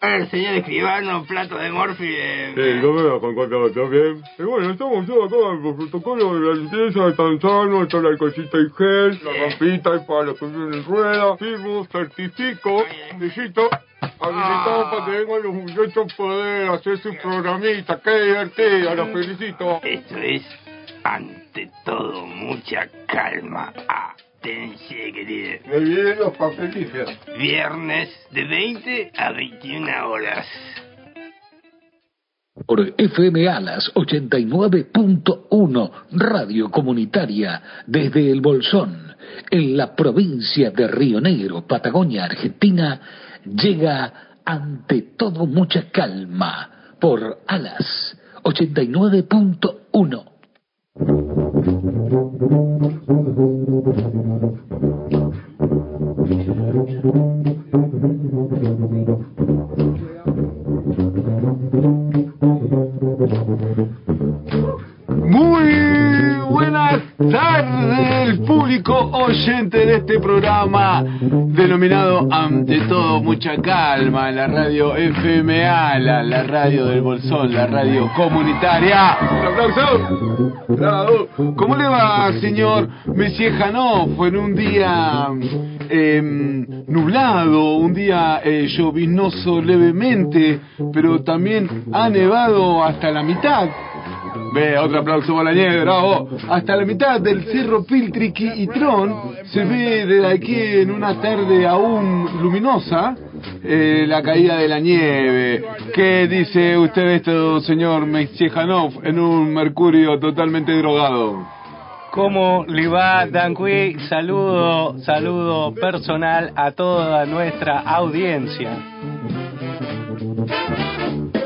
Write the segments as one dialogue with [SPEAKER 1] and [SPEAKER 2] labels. [SPEAKER 1] Ah, El señor escribano, plato de eh, morfi.
[SPEAKER 2] Sí, yo me la concuerdo también. Y bueno, estamos todos acá en el protocolo de la limpieza, tan sano, está la cosita y gel, la rampita y para los que vienen en rueda. Firmo, certifico, visito, habilitado para que vengan los muchachos a poder hacer su programita. Qué divertida, los felicito.
[SPEAKER 1] Esto es, ante todo, mucha calma. Atención, querido.
[SPEAKER 2] Me vienen los papelitos.
[SPEAKER 1] Viernes de 20 a 21 horas.
[SPEAKER 3] Por FM Alas 89.1, radio comunitaria desde El Bolsón, en la provincia de Río Negro, Patagonia, Argentina, llega ante todo mucha calma por Alas 89.1.
[SPEAKER 4] Muy buenas tardes, el público oyente de este programa denominado Ante todo Mucha Calma, en la radio FMA, la, la radio del Bolsón, la radio comunitaria. ¡Un aplauso! Bravo. ¿Cómo le va, señor Monsieur Janoff? En un día eh, nublado, un día eh, lloviznoso levemente, pero también ha nevado hasta la mitad. Ve, otro aplauso para la nieve, bravo. Hasta la mitad del cerro Piltriqui y Tron se ve desde aquí en una tarde aún luminosa eh, la caída de la nieve. ¿Qué dice usted de esto, señor Mechiejanov, en un mercurio totalmente drogado?
[SPEAKER 5] ¿Cómo le va, Danqui? Saludo, saludo personal a toda nuestra audiencia.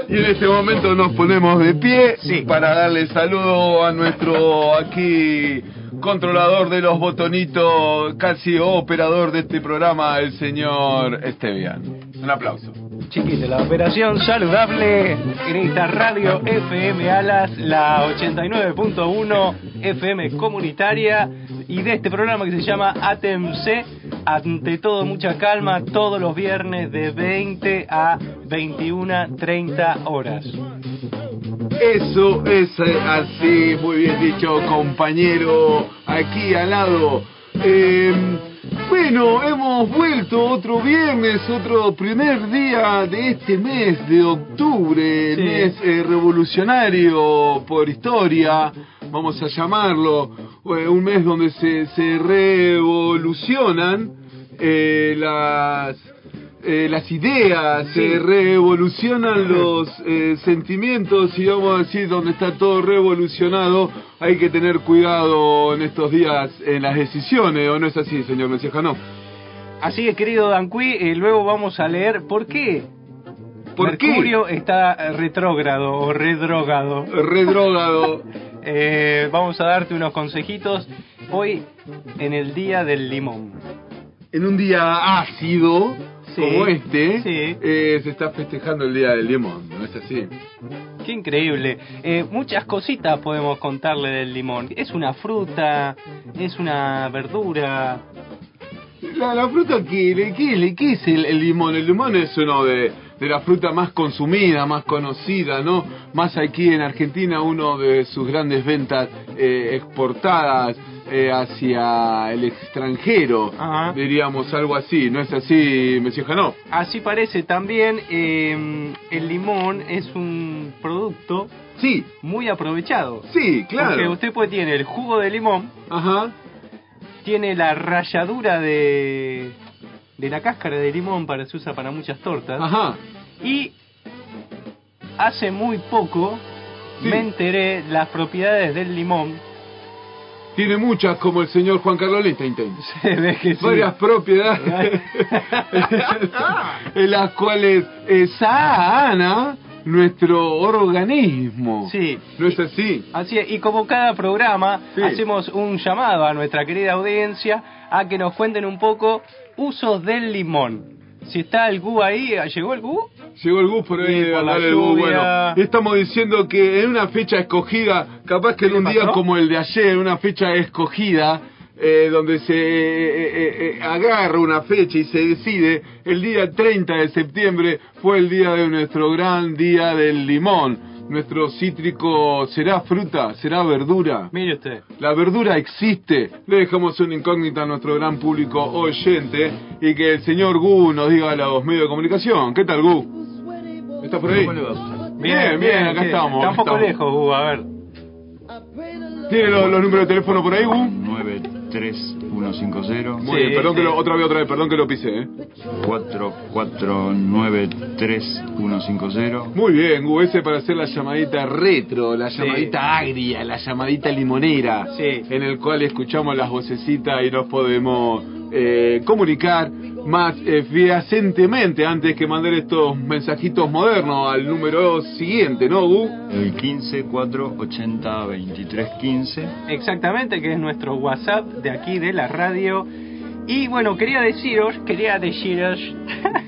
[SPEAKER 4] Y en este momento nos ponemos de pie
[SPEAKER 5] Sí.
[SPEAKER 4] para darle saludo a nuestro aquí controlador de los botonitos, casi operador de este programa, el señor Estevian. Un aplauso.
[SPEAKER 5] Chiquito, la operación saludable en esta radio FM Alas, la 89.1 FM comunitaria y de este programa que se llama ATMC. Ante todo, mucha calma, todos los viernes de 20 a 21.30 horas.
[SPEAKER 4] Eso es eh, así, muy bien dicho, compañero, aquí al lado. Eh, bueno, hemos vuelto otro viernes, otro primer día de este mes de octubre,
[SPEAKER 5] Sí.
[SPEAKER 4] mes eh, revolucionario por historia, vamos a llamarlo, eh, un mes donde se, se revolucionan eh, las eh, las ideas, se revolucionan los eh, sentimientos y vamos a decir donde está todo revolucionado, hay que tener cuidado en estos días en las decisiones, ¿o no es así, señor Messiejano?
[SPEAKER 5] Así es, querido Danqui, eh, luego vamos a leer por qué
[SPEAKER 4] ¿Por qué?
[SPEAKER 5] Mercurio está eh, retrógrado o redrogado.
[SPEAKER 4] Redrogado.
[SPEAKER 5] Eh, vamos a darte unos consejitos hoy en el día del limón.
[SPEAKER 4] en un día ácido
[SPEAKER 5] Sí,
[SPEAKER 4] como este,
[SPEAKER 5] sí.
[SPEAKER 4] eh, se está festejando el Día del Limón, ¿no es así?
[SPEAKER 5] Qué increíble. Eh, muchas cositas podemos contarle del limón. Es una fruta, es una verdura.
[SPEAKER 4] La, la fruta que le que le- que es el, el limón. El limón es uno de, de las frutas más consumida, más conocida, ¿no? Más aquí en Argentina, uno de sus grandes ventas eh, exportadas eh, hacia el extranjero,
[SPEAKER 5] Ajá.
[SPEAKER 4] diríamos algo así. ¿No es así, Monsieur Janó?
[SPEAKER 5] Así parece también, eh, el limón es un producto
[SPEAKER 4] Sí,
[SPEAKER 5] muy aprovechado.
[SPEAKER 4] sí,
[SPEAKER 5] Porque
[SPEAKER 4] claro.
[SPEAKER 5] usted puede tiene el jugo de limón,
[SPEAKER 4] Ajá.
[SPEAKER 5] tiene la ralladura de, de la cáscara de limón para se usa para muchas tortas.
[SPEAKER 4] Ajá.
[SPEAKER 5] Y hace muy poco
[SPEAKER 4] Sí.
[SPEAKER 5] me enteré las propiedades del limón.
[SPEAKER 4] Tiene muchas como el señor Juan Carlos Lichtenstein.
[SPEAKER 5] Se ve que sí.
[SPEAKER 4] varias propiedades en las cuales eh, sana nuestro organismo.
[SPEAKER 5] Sí.
[SPEAKER 4] ¿No es así?
[SPEAKER 5] Así es, y como cada programa,
[SPEAKER 4] Sí.
[SPEAKER 5] hacemos un llamado a nuestra querida audiencia a que nos cuenten un poco usos del limón. Si está el Gu ahí, ¿llegó el Gu?
[SPEAKER 4] Llegó el bus por ahí
[SPEAKER 5] Sí,
[SPEAKER 4] de
[SPEAKER 5] por la
[SPEAKER 4] andar el bus.
[SPEAKER 5] lluvia.
[SPEAKER 4] Bueno, estamos diciendo que en una fecha escogida, capaz que en
[SPEAKER 5] ¿Qué
[SPEAKER 4] un
[SPEAKER 5] le
[SPEAKER 4] día
[SPEAKER 5] pasó?
[SPEAKER 4] como el de ayer, en una fecha escogida, eh, donde se eh, eh, eh, agarra una fecha y se decide, el día 30 de septiembre fue el día de nuestro gran día del limón. Nuestro cítrico será fruta, será verdura.
[SPEAKER 5] Mire usted.
[SPEAKER 4] La verdura existe. Le dejamos una incógnita a nuestro gran público oyente y que el señor Gu nos diga a los medios de comunicación. ¿Qué tal, Gu? ¿Está por ahí? Bien, bien, acá
[SPEAKER 5] sí.
[SPEAKER 4] estamos.
[SPEAKER 5] Está un poco
[SPEAKER 4] estamos.
[SPEAKER 5] lejos, Hugo, a ver.
[SPEAKER 4] ¿Tiene los, los números de teléfono por ahí, Gu?
[SPEAKER 6] 93150
[SPEAKER 4] Muy
[SPEAKER 5] Sí,
[SPEAKER 4] bien, perdón
[SPEAKER 5] sí.
[SPEAKER 4] que lo, otra vez, otra vez, perdón que lo pisé, ¿eh?
[SPEAKER 6] 44933150
[SPEAKER 4] Muy bien, Gu, ese para hacer la llamadita retro, la llamadita agria, la llamadita limonera,
[SPEAKER 5] Sí.
[SPEAKER 4] en el cual escuchamos las vocecitas y nos podemos eh, comunicar más eh, fehacientemente antes que mandar estos mensajitos modernos al número siguiente, ¿no, Gu?
[SPEAKER 6] el 15 480 2315
[SPEAKER 5] Exactamente, que es nuestro WhatsApp de aquí de la radio. Y bueno, quería deciros, quería deciros,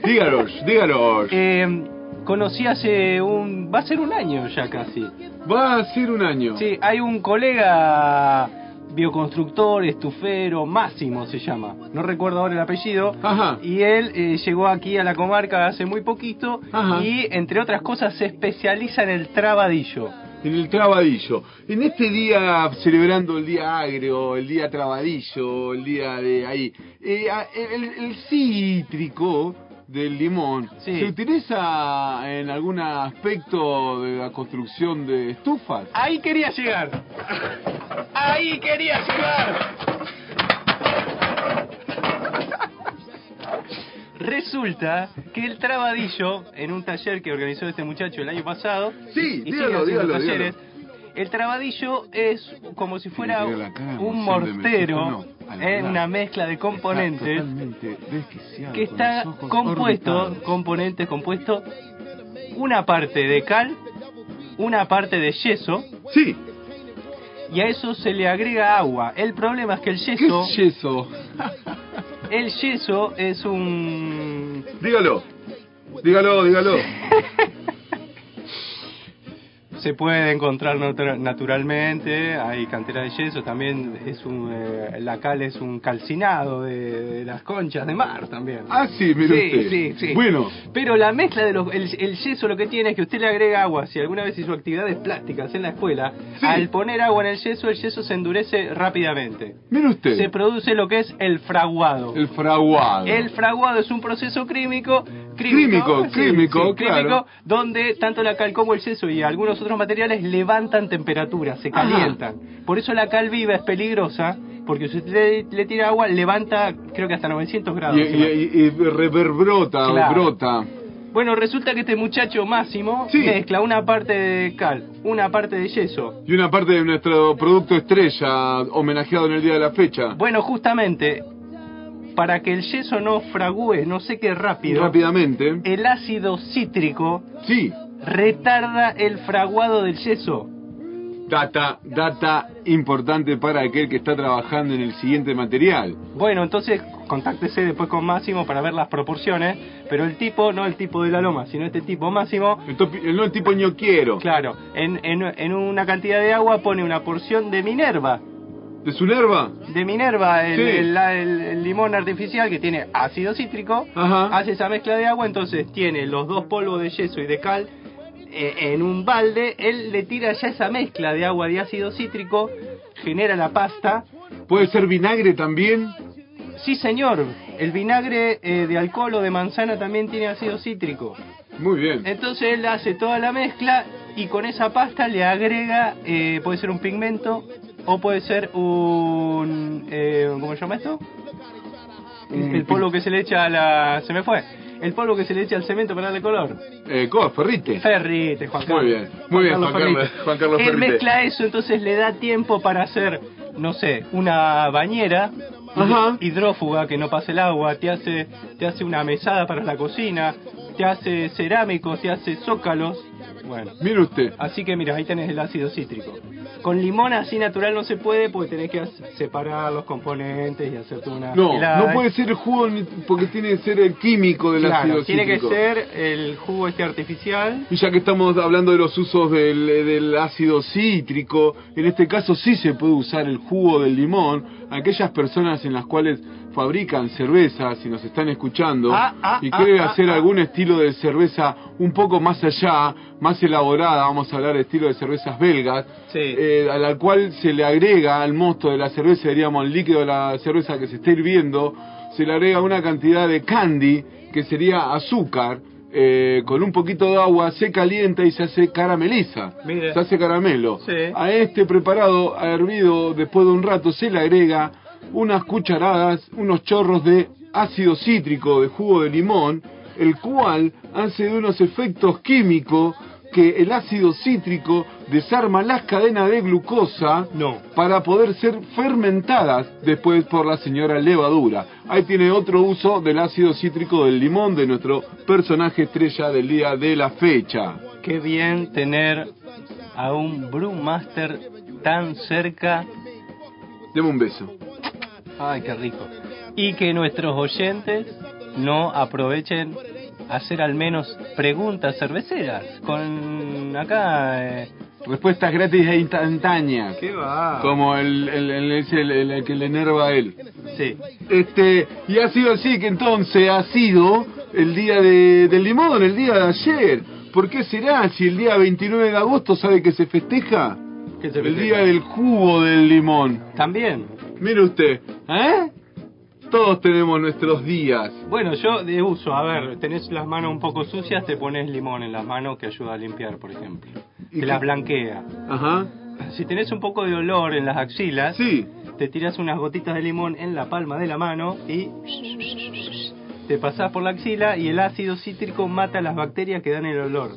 [SPEAKER 4] Dígalos, dígalos.
[SPEAKER 5] eh, conocí hace un, va a ser un año ya casi.
[SPEAKER 4] Va a ser un año.
[SPEAKER 5] Sí, hay un colega bioconstructor, estufero, Máximo se llama, no recuerdo ahora el apellido,
[SPEAKER 4] Ajá.
[SPEAKER 5] y él eh, llegó aquí a la comarca hace muy poquito
[SPEAKER 4] Ajá.
[SPEAKER 5] y entre otras cosas se especializa en el trabadillo.
[SPEAKER 4] En el trabadillo. En este día, celebrando el día agrio, el día trabadillo, el día de ahí, eh, a- el, el cítrico del limón,
[SPEAKER 5] Sí.
[SPEAKER 4] ¿se utiliza en algún aspecto de la construcción de estufas?
[SPEAKER 5] Ahí quería llegar. Ahí quería llegar. Resulta que el trabadillo, en un taller que organizó este muchacho el año pasado,
[SPEAKER 4] Sí,
[SPEAKER 5] y
[SPEAKER 4] dígalo,
[SPEAKER 5] sigue haciendo
[SPEAKER 4] dígalo,
[SPEAKER 5] talleres, el trabadillo es como si fuera
[SPEAKER 4] Tiene que ver la cara,
[SPEAKER 5] un
[SPEAKER 4] emoción de
[SPEAKER 5] mortero,
[SPEAKER 4] mexicano, a la
[SPEAKER 5] eh,
[SPEAKER 4] verdad.
[SPEAKER 5] una mezcla de componentes
[SPEAKER 4] Está totalmente desquiciado, con
[SPEAKER 5] que está
[SPEAKER 4] los ojos
[SPEAKER 5] compuesto,
[SPEAKER 4] orbitados.
[SPEAKER 5] componentes compuesto, una parte de cal, una parte de yeso,
[SPEAKER 4] Sí,
[SPEAKER 5] y a eso se le agrega agua. El problema es que el
[SPEAKER 4] ¿qué
[SPEAKER 5] yeso,
[SPEAKER 4] es yeso?
[SPEAKER 5] el yeso es un
[SPEAKER 4] dígalo, dígalo, dígalo.
[SPEAKER 5] se puede encontrar natra- naturalmente, hay cantera de yeso, también es un eh, la cal es un calcinado de, de las conchas de mar también.
[SPEAKER 4] Ah, sí, mire
[SPEAKER 5] Sí,
[SPEAKER 4] usted.
[SPEAKER 5] sí, sí.
[SPEAKER 4] Bueno,
[SPEAKER 5] Pero la mezcla de los. El, el yeso lo que tiene es que usted le agrega agua. Si alguna vez hizo actividades plásticas en la escuela,
[SPEAKER 4] Sí.
[SPEAKER 5] al poner agua en el yeso, el yeso se endurece rápidamente.
[SPEAKER 4] mire usted.
[SPEAKER 5] Se produce lo que es el fraguado.
[SPEAKER 4] El fraguado.
[SPEAKER 5] El fraguado es un proceso crímico,
[SPEAKER 4] Crímico, crímico, claro.
[SPEAKER 5] donde tanto la cal como el yeso y algunos otros materiales levantan temperatura, se
[SPEAKER 4] Ajá.
[SPEAKER 5] calientan. Por eso la cal viva es peligrosa, porque si usted le, le tira agua, levanta creo que hasta 900 grados.
[SPEAKER 4] Y,
[SPEAKER 5] si mal-
[SPEAKER 4] y- y- y reverbrota,
[SPEAKER 5] Claro.
[SPEAKER 4] brota.
[SPEAKER 5] Bueno, resulta que este muchacho Máximo
[SPEAKER 4] Sí.
[SPEAKER 5] mezcla una parte de cal, una parte de yeso.
[SPEAKER 4] Y una parte de nuestro producto estrella, homenajeado en el día de la fecha.
[SPEAKER 5] Bueno, justamente, para que el yeso no fragúe, no seque rápido, Eh.
[SPEAKER 4] Rápidamente.
[SPEAKER 5] el ácido cítrico
[SPEAKER 4] Sí.
[SPEAKER 5] retarda el fraguado del yeso.
[SPEAKER 4] Data, data importante para aquel que está trabajando en el siguiente material.
[SPEAKER 5] Bueno, entonces contáctese después con Máximo para ver las proporciones, pero el tipo, no el tipo de la loma, sino este tipo Máximo,
[SPEAKER 4] El, topi- el no el tipo ñoquiero.
[SPEAKER 5] claro, en, en, en una cantidad de agua pone una porción de Minerva,
[SPEAKER 4] ¿De su nerva?
[SPEAKER 5] de Minerva, el,
[SPEAKER 4] Sí.
[SPEAKER 5] el- la- el- el limón artificial que tiene ácido cítrico,
[SPEAKER 4] Ajá.
[SPEAKER 5] hace esa mezcla de agua, entonces tiene los dos polvos de yeso y de cal eh, en un balde, él le tira ya esa mezcla de agua de ácido cítrico, genera la pasta.
[SPEAKER 4] ¿Puede ser vinagre también?
[SPEAKER 5] Sí, señor, el vinagre eh, de alcohol o de manzana también tiene ácido cítrico.
[SPEAKER 4] Muy bien.
[SPEAKER 5] Entonces él hace toda la mezcla y con esa pasta le agrega, eh, puede ser un pigmento o puede ser un... eh, ¿Cómo se llama esto?
[SPEAKER 4] Un
[SPEAKER 5] El polvo que se le echa a la... Se me fue. El polvo que se le echa al cemento para darle color.
[SPEAKER 4] Eh, ¿Cómo? ¿Ferrite?
[SPEAKER 5] Ferrite, Juan Carlos.
[SPEAKER 4] Muy bien, muy bien, Juan Carlos-
[SPEAKER 5] Ferrite.
[SPEAKER 4] Juan Carlos
[SPEAKER 5] Él
[SPEAKER 4] Ferrite.
[SPEAKER 5] mezcla eso, entonces le da tiempo para hacer, no sé, una bañera
[SPEAKER 4] Ajá.
[SPEAKER 5] hidrófuga que no pase el agua, te hace, te hace una mesada para la cocina, te hace cerámicos, te hace zócalos, Bueno.
[SPEAKER 4] Mire usted.
[SPEAKER 5] Así que mira, ahí tenés el ácido cítrico. Con limón así natural no se puede porque tenés que as- separar los componentes y hacerte una...
[SPEAKER 4] No,
[SPEAKER 5] helada.
[SPEAKER 4] no puede ser jugo ni- porque tiene que ser el químico del
[SPEAKER 5] Claro,
[SPEAKER 4] ácido
[SPEAKER 5] tiene que
[SPEAKER 4] cítrico.
[SPEAKER 5] ser el jugo este artificial.
[SPEAKER 4] Y ya que estamos hablando de los usos del, del ácido cítrico, en este caso sí se puede usar el jugo del limón. Aquellas personas en las cuales fabrican cerveza, si nos están escuchando,
[SPEAKER 5] Ah, ah,
[SPEAKER 4] y
[SPEAKER 5] ah,
[SPEAKER 4] quieren
[SPEAKER 5] ah,
[SPEAKER 4] hacer
[SPEAKER 5] ah.
[SPEAKER 4] algún estilo de cerveza un poco más allá, más elaborada, vamos a hablar de estilo de cervezas belgas,
[SPEAKER 5] Sí.
[SPEAKER 4] eh, a la cual se le agrega al mosto de la cerveza, diríamos, el líquido de la cerveza que se está hirviendo, se le agrega una cantidad de candy, que sería azúcar, eh, con un poquito de agua, se calienta y se hace carameliza.
[SPEAKER 5] Mire.
[SPEAKER 4] Se hace caramelo.
[SPEAKER 5] Sí.
[SPEAKER 4] A este preparado, hervido, después de un rato, se le agrega unas cucharadas, unos chorros de ácido cítrico, de jugo de limón, el cual hace de unos efectos químicos que el ácido cítrico desarma las cadenas de glucosa
[SPEAKER 5] No.
[SPEAKER 4] para poder ser fermentadas después por la señora levadura. Ahí tiene otro uso del ácido cítrico del limón de nuestro personaje estrella del día de la fecha.
[SPEAKER 5] Qué bien tener a un brewmaster tan cerca.
[SPEAKER 4] Deme un beso.
[SPEAKER 5] Ay, qué rico. Y que nuestros oyentes no aprovechen hacer al menos preguntas cerveceras con acá eh.
[SPEAKER 4] Respuestas gratis e instantáneas.
[SPEAKER 5] va
[SPEAKER 4] Como el, el, el- es el- el- el que le enerva a él.
[SPEAKER 5] sí
[SPEAKER 4] Este, y ha sido así que entonces ha sido el día de- del limón, el día de ayer. ¿Por qué será si el día 29 de agosto sabe que se festeja?
[SPEAKER 5] ¿Qué se
[SPEAKER 4] El
[SPEAKER 5] festeja?
[SPEAKER 4] día del jugo del limón.
[SPEAKER 5] también
[SPEAKER 4] Mire usted, ¿eh? Todos tenemos nuestros días.
[SPEAKER 5] bueno yo de uso a ver tenés las manos un poco sucias te pones limón en las manos que ayuda a limpiar por ejemplo
[SPEAKER 4] ¿Y
[SPEAKER 5] te las
[SPEAKER 4] qué?
[SPEAKER 5] blanquea
[SPEAKER 4] Ajá.
[SPEAKER 5] si tenés un poco de olor en las axilas
[SPEAKER 4] Sí.
[SPEAKER 5] te tiras unas gotitas de limón en la palma de la mano y te pasás por la axila y el ácido cítrico mata las bacterias que dan el olor.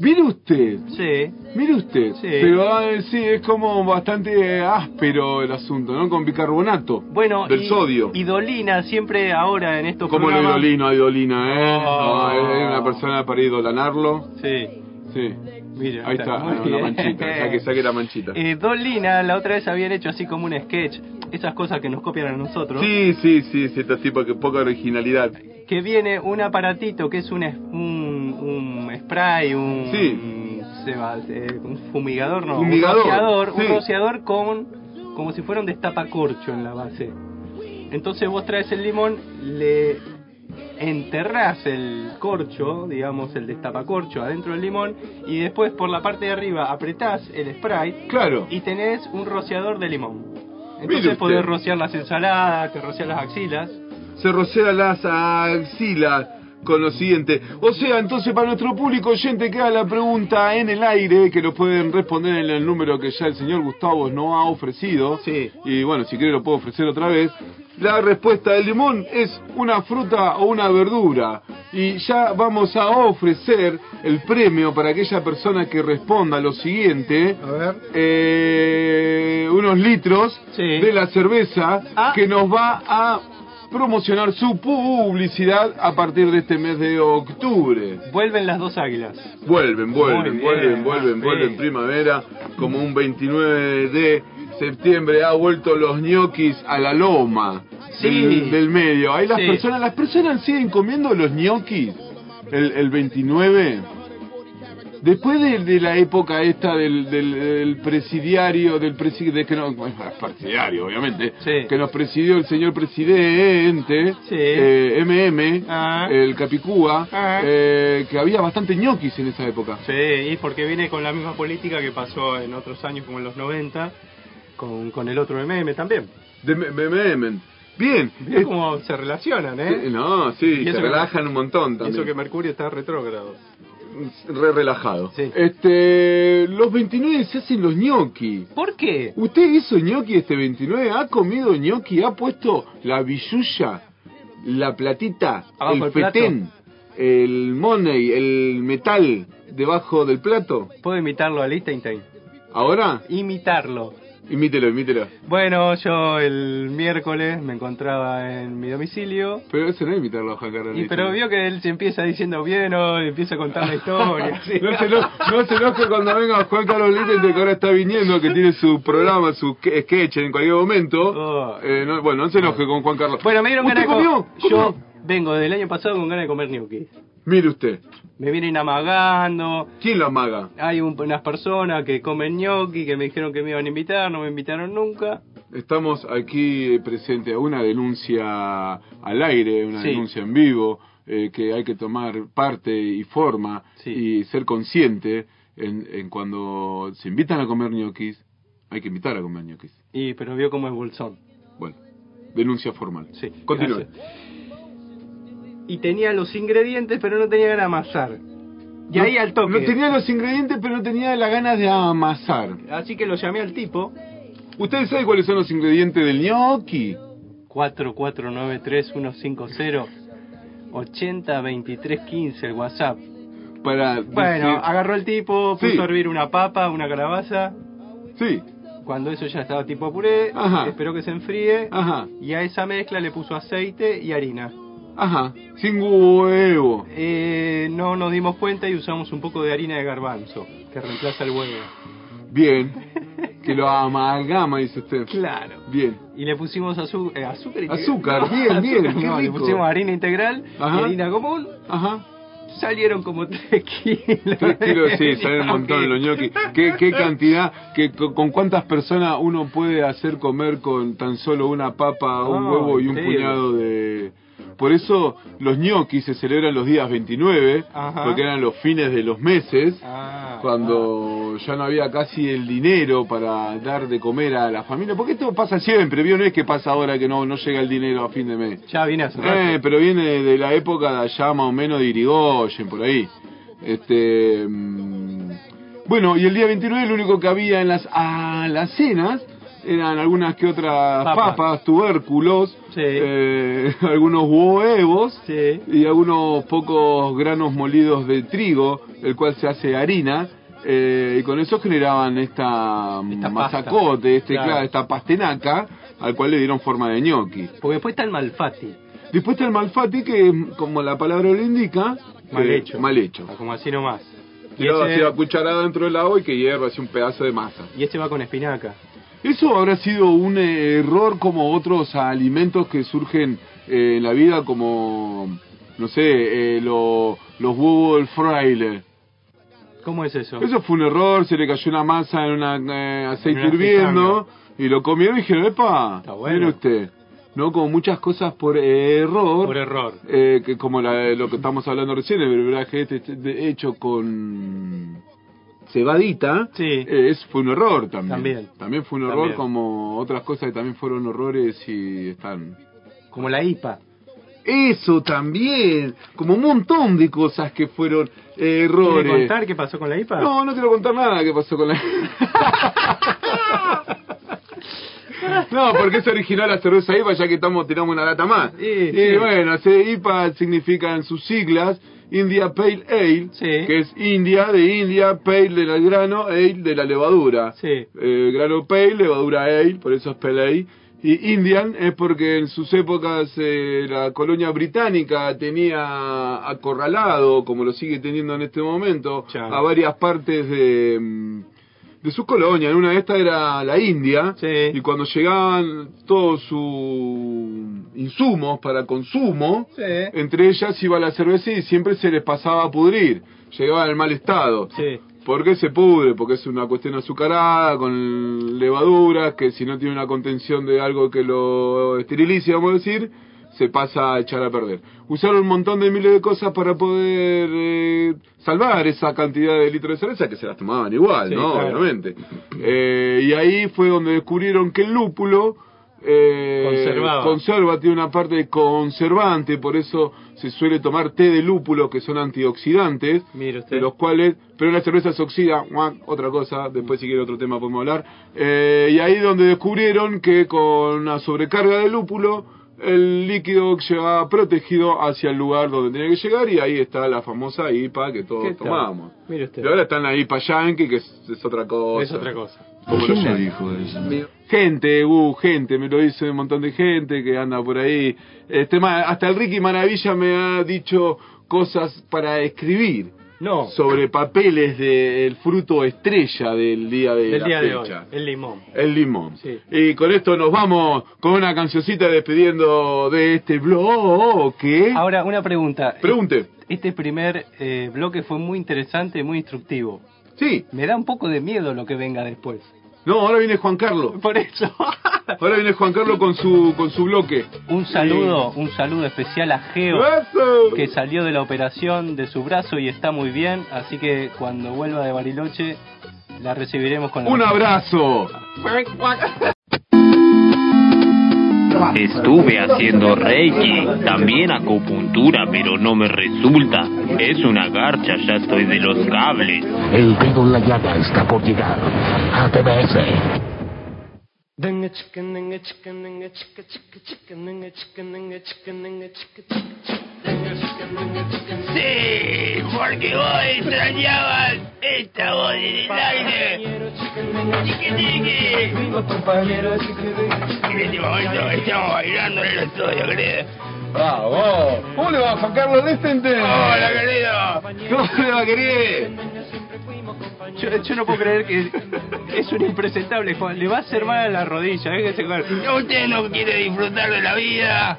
[SPEAKER 4] Mire usted.
[SPEAKER 5] Sí,
[SPEAKER 4] Mire usted,
[SPEAKER 5] Sí.
[SPEAKER 4] pero ah, sí, es como bastante áspero el asunto, ¿no? Con bicarbonato.
[SPEAKER 5] bueno,
[SPEAKER 4] Del
[SPEAKER 5] y,
[SPEAKER 4] sodio.
[SPEAKER 5] y Dolina siempre ahora en estos
[SPEAKER 4] Como lo
[SPEAKER 5] programas.
[SPEAKER 4] idolino, a idolina, ¿eh?
[SPEAKER 5] Oh.
[SPEAKER 4] Ah, es una persona para idolanarlo.
[SPEAKER 5] Sí,
[SPEAKER 4] Sí,
[SPEAKER 5] mira,
[SPEAKER 4] ahí está,
[SPEAKER 5] muy
[SPEAKER 4] una
[SPEAKER 5] bien.
[SPEAKER 4] manchita, saque, saque la manchita.
[SPEAKER 5] Eh, Dolina la otra vez habían hecho así como un sketch, esas cosas que nos copian a nosotros.
[SPEAKER 4] Sí, sí, sí, sí, este tipo que poca originalidad.
[SPEAKER 5] que viene un aparatito que es un, es- un, un spray, un, se va- eh, un fumigador, no,
[SPEAKER 4] Fumigador,
[SPEAKER 5] un rociador, un
[SPEAKER 4] sí.
[SPEAKER 5] rociador con, como si fuera un destapacorcho en la base. Entonces vos traes el limón, le enterrás el corcho, digamos el destapacorcho adentro del limón y después por la parte de arriba apretás el spray
[SPEAKER 4] Claro,
[SPEAKER 5] y tenés un rociador de limón.
[SPEAKER 4] Mire usted.
[SPEAKER 5] Entonces podés rociar las ensaladas, te rociar las axilas.
[SPEAKER 4] se rocea las axilas con lo siguiente. O sea, entonces para nuestro público oyente queda la pregunta en el aire que lo pueden responder en el número que ya el señor Gustavo no ha ofrecido.
[SPEAKER 5] Sí.
[SPEAKER 4] Y bueno, si quiere lo puedo ofrecer otra vez. La respuesta del limón es una fruta o una verdura. Y ya vamos a ofrecer el premio para aquella persona que responda lo siguiente. Eh, unos litros
[SPEAKER 5] Sí.
[SPEAKER 4] de la cerveza
[SPEAKER 5] Ah.
[SPEAKER 4] que nos va a promocionar su publicidad a partir de este mes de octubre.
[SPEAKER 5] Vuelven las dos águilas.
[SPEAKER 4] Vuelven, vuelven,
[SPEAKER 5] Muy bien,
[SPEAKER 4] vuelven, vuelven,
[SPEAKER 5] sí.
[SPEAKER 4] vuelven primavera, como un 29 de septiembre ha vuelto los ñoquis a la loma
[SPEAKER 5] Sí.
[SPEAKER 4] del, del medio. Ahí las
[SPEAKER 5] Sí.
[SPEAKER 4] personas, las personas siguen comiendo los ñoquis el, el 29. Después de, de la época esta del, del- del presidiario, del presi- de que no, bueno, partidario obviamente,
[SPEAKER 5] Sí.
[SPEAKER 4] que nos presidió el señor presidente,
[SPEAKER 5] Sí.
[SPEAKER 4] eh, MM,
[SPEAKER 5] Ah.
[SPEAKER 4] el Capicúa,
[SPEAKER 5] Ah.
[SPEAKER 4] eh, que había bastante ñoquis en esa época.
[SPEAKER 5] Sí, y porque viene con la misma política que pasó en otros años como en los 90, con, con el otro MM también.
[SPEAKER 4] De me- me- me- me- Bien.
[SPEAKER 5] Mirá
[SPEAKER 4] Es-
[SPEAKER 5] cómo se relacionan,
[SPEAKER 4] eh,
[SPEAKER 5] ¿eh?
[SPEAKER 4] No, sí,
[SPEAKER 5] Y
[SPEAKER 4] se
[SPEAKER 5] eso que-
[SPEAKER 4] relajan un montón
[SPEAKER 5] Y Eso que
[SPEAKER 4] también.
[SPEAKER 5] Mercurio está retrógrado.
[SPEAKER 4] Re relajado.
[SPEAKER 5] Sí.
[SPEAKER 4] Este, los 29 se hacen los ñoquis.
[SPEAKER 5] ¿Por qué?
[SPEAKER 4] ¿Usted hizo ñoqui este 29? ¿Ha comido ñoqui? ¿Ha puesto la billulla, la platita,
[SPEAKER 5] Abajo
[SPEAKER 4] el
[SPEAKER 5] del plato.
[SPEAKER 4] petén, el money, el metal debajo del plato?
[SPEAKER 5] Puedo imitarlo a Liechtenstein.
[SPEAKER 4] ¿Ahora?
[SPEAKER 5] Imitarlo.
[SPEAKER 4] Imítelo, imítelo.
[SPEAKER 5] Bueno, yo el miércoles me encontraba en mi domicilio.
[SPEAKER 4] Pero eso no es imitarlo, Juan Carlos.
[SPEAKER 5] Y, pero vio que él se empieza diciendo bien o empieza a contar la historia. así.
[SPEAKER 4] No se, eno- no se enoje cuando venga Juan Carlos Littente, que ahora está viniendo, que tiene su programa, su que- sketch en cualquier momento.
[SPEAKER 5] Oh.
[SPEAKER 4] Eh, no- bueno, no se enoje con Juan Carlos.
[SPEAKER 5] Bueno, me dieron
[SPEAKER 4] ¿Usted
[SPEAKER 5] ganas de co-
[SPEAKER 4] comió?
[SPEAKER 5] Yo
[SPEAKER 4] ¿Comió?
[SPEAKER 5] vengo del año pasado con ganas de comer gnocchi.
[SPEAKER 4] Mire usted,
[SPEAKER 5] Me vienen amagando.
[SPEAKER 4] ¿quién lo amaga?
[SPEAKER 5] Hay un- unas personas que comen gnocchi que me dijeron que me iban a invitar, no me invitaron nunca.
[SPEAKER 4] Estamos aquí presente a una denuncia al aire, una
[SPEAKER 5] Sí.
[SPEAKER 4] denuncia en vivo, eh, que hay que tomar parte y forma
[SPEAKER 5] Sí.
[SPEAKER 4] y ser consciente en, en cuando se invitan a comer ñoquis, hay que invitar a comer ñoquis.
[SPEAKER 5] Y pero vio cómo es Bolsón.
[SPEAKER 4] Bueno, denuncia formal.
[SPEAKER 5] Sí,
[SPEAKER 4] Continúe.
[SPEAKER 5] gracias. Y tenía los ingredientes, pero no tenía ganas de amasar. Y ahí al toque.
[SPEAKER 4] No tenía los ingredientes, pero no tenía las ganas de amasar.
[SPEAKER 5] Así que lo llamé al tipo.
[SPEAKER 4] ¿Ustedes saben cuáles son los ingredientes del ñoqui?
[SPEAKER 5] 4493-150-802315, el WhatsApp.
[SPEAKER 4] Para
[SPEAKER 5] Bueno,
[SPEAKER 4] decir-
[SPEAKER 5] agarró el tipo, puso
[SPEAKER 4] Sí.
[SPEAKER 5] a hervir una papa, una calabaza.
[SPEAKER 4] Sí,
[SPEAKER 5] Cuando eso ya estaba tipo puré,
[SPEAKER 4] Ajá.
[SPEAKER 5] esperó que se enfríe.
[SPEAKER 4] ajá,
[SPEAKER 5] Y a esa mezcla le puso aceite y harina.
[SPEAKER 4] ajá, sin huevo.
[SPEAKER 5] Eh, no nos dimos cuenta y usamos un poco de harina de garbanzo, que reemplaza el huevo.
[SPEAKER 4] Bien. Que lo amalgama, dice usted.
[SPEAKER 5] Claro.
[SPEAKER 4] Bien.
[SPEAKER 5] Y le pusimos azú- eh, azúcar. integral.
[SPEAKER 4] Azúcar, bien, bien, qué
[SPEAKER 5] no,
[SPEAKER 4] rico.
[SPEAKER 5] Le pusimos harina integral
[SPEAKER 4] Ajá.
[SPEAKER 5] y harina común.
[SPEAKER 4] Ajá.
[SPEAKER 5] Salieron como 3 kilos.
[SPEAKER 4] Tres kilos, sí, salen un
[SPEAKER 5] Ok.
[SPEAKER 4] montón los ñoquis. ¿Qué, qué cantidad, que, con, con cuántas personas uno puede hacer comer con tan solo una papa, un
[SPEAKER 5] Ah,
[SPEAKER 4] huevo y un
[SPEAKER 5] increíble.
[SPEAKER 4] puñado de... Por eso los ñoquis se celebran los días 29,
[SPEAKER 5] Ajá.
[SPEAKER 4] porque eran los fines de los meses.
[SPEAKER 5] Ah,
[SPEAKER 4] cuando ya no había casi el dinero para dar de comer a la familia, porque esto pasa siempre, ¿vio? No es que pasa ahora que no, no llega el dinero a fin de mes.
[SPEAKER 5] ah. Ya viene hace rato.
[SPEAKER 4] Eh, pero viene de la época de allá más o menos de Irigoyen, por ahí. Este, mm, bueno, y el día 29 lo único que había en las alacenas eran algunas que otras
[SPEAKER 5] Papas.
[SPEAKER 4] papas, tubérculos,
[SPEAKER 5] Sí.
[SPEAKER 4] eh, algunos huevos
[SPEAKER 5] Sí.
[SPEAKER 4] y algunos pocos granos molidos de trigo, el cual se hace harina. eh, y con eso generaban esta,
[SPEAKER 5] Esta pasta.
[SPEAKER 4] masacote, este,
[SPEAKER 5] Claro.
[SPEAKER 4] claro, esta pastenaca, al cual le dieron forma de ñoqui.
[SPEAKER 5] Porque después está el malfati.
[SPEAKER 4] Después está el malfati, que es, como la palabra lo indica,
[SPEAKER 5] Mal
[SPEAKER 4] eh,
[SPEAKER 5] hecho. Ah,
[SPEAKER 4] mal hecho.
[SPEAKER 5] Como así nomás. Y
[SPEAKER 4] Tirado así la
[SPEAKER 5] ese,
[SPEAKER 4] cucharada dentro del agua y que hierva así un pedazo de masa.
[SPEAKER 5] y ese va con espinaca.
[SPEAKER 4] ¿Eso habrá sido un eh, error como otros alimentos que surgen eh, en la vida, como, no sé, eh, lo- los huevos del fraile?
[SPEAKER 5] ¿Cómo es eso?
[SPEAKER 4] Eso fue un error, se le cayó una masa en un aceite
[SPEAKER 5] En una
[SPEAKER 4] hirviendo y lo comieron y dijeron, epa,
[SPEAKER 5] Está bueno.
[SPEAKER 4] mire usted. ¿No? Como muchas cosas por error.
[SPEAKER 5] Por error.
[SPEAKER 4] Eh, que como la- lo que estamos hablando recién, el brebaje este, este, de- hecho con cebadita,
[SPEAKER 5] Sí.
[SPEAKER 4] eh, es, fue un error también.
[SPEAKER 5] También.
[SPEAKER 4] fue un error
[SPEAKER 5] También.
[SPEAKER 4] como otras cosas que también fueron errores y están...
[SPEAKER 5] Como la IPA.
[SPEAKER 4] Eso también, como un montón de cosas que fueron
[SPEAKER 5] ¿Quiere
[SPEAKER 4] errores.
[SPEAKER 5] contar qué pasó con la IPA?
[SPEAKER 4] No, no quiero contar nada que pasó con la... No, porque es original la cerveza IPA, ya que estamos tirando una lata más.
[SPEAKER 5] Sí,
[SPEAKER 4] y
[SPEAKER 5] sí.
[SPEAKER 4] bueno, ese IPA significa en sus siglas India Pale Ale,
[SPEAKER 5] Sí.
[SPEAKER 4] que es India de India, Pale del grano, Ale de la levadura.
[SPEAKER 5] Sí.
[SPEAKER 4] Eh, grano Pale, levadura Ale, por eso es Pale Ale. Y Indian es porque en sus épocas eh, la colonia británica tenía acorralado, como lo sigue teniendo en este momento,
[SPEAKER 5] Claro.
[SPEAKER 4] a varias partes de, mm, de sus colonias. En una de estas era la India.
[SPEAKER 5] Sí.
[SPEAKER 4] Y cuando llegaban todos sus insumos para consumo,
[SPEAKER 5] Sí.
[SPEAKER 4] entre ellas iba la cerveza y siempre se les pasaba a pudrir. Llegaba en mal estado.
[SPEAKER 5] Sí.
[SPEAKER 4] ¿Por qué se pudre? Porque es una cuestión azucarada, con levaduras, que si no tiene una contención de algo que lo esterilice, vamos a decir, se pasa a echar a perder. Usaron un montón de miles de cosas para poder eh, salvar esa cantidad de litros de cerveza, que se las tomaban igual,
[SPEAKER 5] Sí,
[SPEAKER 4] ¿no?
[SPEAKER 5] claro.
[SPEAKER 4] Obviamente. Eh, y ahí fue donde descubrieron que el lúpulo... eh,
[SPEAKER 5] Conservaba.
[SPEAKER 4] conserva, tiene una parte de conservante, por eso se suele tomar té de lúpulo que son antioxidantes,
[SPEAKER 5] Mire usted.
[SPEAKER 4] de los cuales, pero la cerveza se oxida, ¡guac! otra cosa, después si quiere otro tema podemos hablar, Eh, y ahí donde descubrieron que con una sobrecarga de lúpulo el líquido lleva protegido hacia el lugar donde tiene que llegar y ahí está la famosa IPA que
[SPEAKER 5] ¿Qué
[SPEAKER 4] todos
[SPEAKER 5] tal?
[SPEAKER 4] tomamos.
[SPEAKER 5] Mire usted.
[SPEAKER 4] Y ahora están la IPA Yankee, que es, es otra cosa.
[SPEAKER 5] Es otra cosa.
[SPEAKER 4] Como los
[SPEAKER 6] ¿Quién me
[SPEAKER 4] Yankees.
[SPEAKER 6] dijo eso?
[SPEAKER 4] Gente, uh, gente, me lo dice un montón de gente que anda por ahí. Este, más, hasta el Ricky Maravilla me ha dicho cosas para escribir
[SPEAKER 5] No,
[SPEAKER 4] sobre papeles del fruto estrella del día de
[SPEAKER 5] del
[SPEAKER 4] la
[SPEAKER 5] día de hoy.
[SPEAKER 4] fecha.
[SPEAKER 5] El limón.
[SPEAKER 4] El limón.
[SPEAKER 5] Sí.
[SPEAKER 4] Y con esto nos vamos con una cancioncita despidiendo de este bloque.
[SPEAKER 5] Ahora, una pregunta.
[SPEAKER 4] Pregunte.
[SPEAKER 5] Este primer eh, bloque fue muy interesante, muy instructivo.
[SPEAKER 4] Sí.
[SPEAKER 5] Me da un poco de miedo lo que venga después.
[SPEAKER 4] No, ahora viene Juan Carlos.
[SPEAKER 5] Por eso.
[SPEAKER 4] Ahora viene Juan Carlos con su con su bloque.
[SPEAKER 5] un saludo, un saludo especial a Geo,
[SPEAKER 4] ¿Eh? ¡Eso!
[SPEAKER 5] que salió de la operación de su brazo y está muy bien. Así que cuando vuelva de Bariloche, la recibiremos con la
[SPEAKER 4] Un abrazo.
[SPEAKER 1] Estuve haciendo reiki, también acupuntura, pero no me resulta. Es una garcha, ya estoy de los cables.
[SPEAKER 7] El dedo en la llaga está por llegar a TBS.
[SPEAKER 8] Dinga chicken, dinga chicken, dinga chicka, chicka, chicken, dinga chicken, dinga chicken, dinga chicka, chicka, chicken, dinga chicken, dinga chicken.
[SPEAKER 1] Sí, porque vos extrañabas esta voz en el aire.
[SPEAKER 8] Compañero, chicken, dinga
[SPEAKER 1] Chiqui, chiqui.
[SPEAKER 8] chicken, compañero, chicken, dinga chicken.
[SPEAKER 1] En este momento estamos bailando en el estudio, querido.
[SPEAKER 4] Bravo. ¿Cómo le va Juan Carlos Lestente?
[SPEAKER 1] Hola, querido.
[SPEAKER 4] ¿Cómo le va, querido?
[SPEAKER 5] Yo, yo no puedo creer que es un impresentable, Juan. Le va a hacer mal a la rodilla, déjese con-
[SPEAKER 1] No, usted no quiere disfrutar de la vida.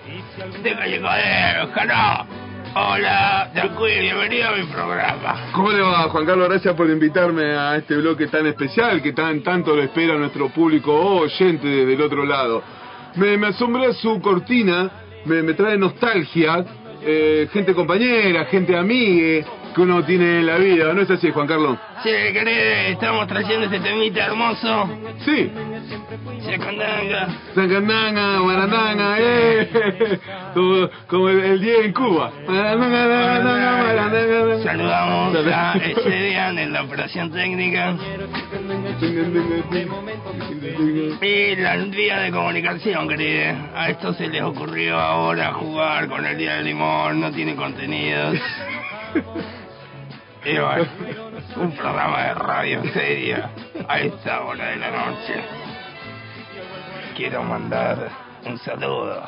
[SPEAKER 1] Déjale joder, ojalá. Hola, tranquilo, bienvenido a mi programa.
[SPEAKER 4] ¿Cómo le va, Juan Carlos? Gracias por invitarme a este bloque tan especial que tan tanto le espera a nuestro público oyente del otro lado. Me, me asombré su cortina, me, me trae nostalgia, eh, gente compañera, gente amiga que uno tiene en la vida. ¿No es así, Juan Carlos?
[SPEAKER 1] Sí, querido, estamos trayendo este temita hermoso.
[SPEAKER 4] Sí,
[SPEAKER 1] Chacandanga.
[SPEAKER 4] Sangandanga, Guarandanga, eh, como, como el, el día en Cuba. Guarandanga, guarandanga, guarandanga.
[SPEAKER 1] Saludamos eh, a Echedian en la operación técnica y la vía de comunicación, querido. A esto se les ocurrió ahora jugar con el día del limón, no tiene contenidos. Y bueno, un programa de radio serio a esta hora de la noche. Quiero mandar un saludo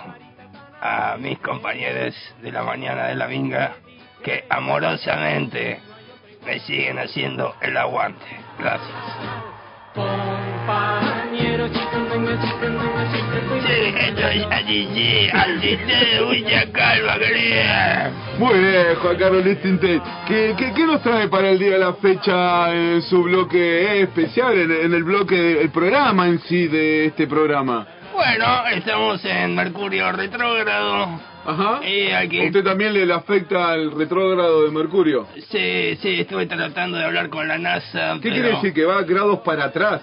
[SPEAKER 1] a mis compañeros de la mañana de la minga que amorosamente me siguen haciendo el aguante. Gracias.
[SPEAKER 8] Compañero, chicken, dinga chicken, dinga chicken,
[SPEAKER 1] Sí, esto es Allí, allí de Villa Calva, querida.
[SPEAKER 4] Muy bien, Juan Carlos Listinte. ¿Qué, qué, qué nos trae para el día de la fecha en su bloque especial, en, en el bloque, el programa en sí de este programa?
[SPEAKER 1] Bueno, estamos en Mercurio retrógrado.
[SPEAKER 4] Ajá.
[SPEAKER 1] Y aquí.
[SPEAKER 4] ¿Usted también le le afecta el retrógrado de Mercurio?
[SPEAKER 1] Sí, sí, estuve tratando de hablar con la NASA.
[SPEAKER 4] ¿Qué
[SPEAKER 1] pero-
[SPEAKER 4] quiere decir? ¿Que va grados para atrás?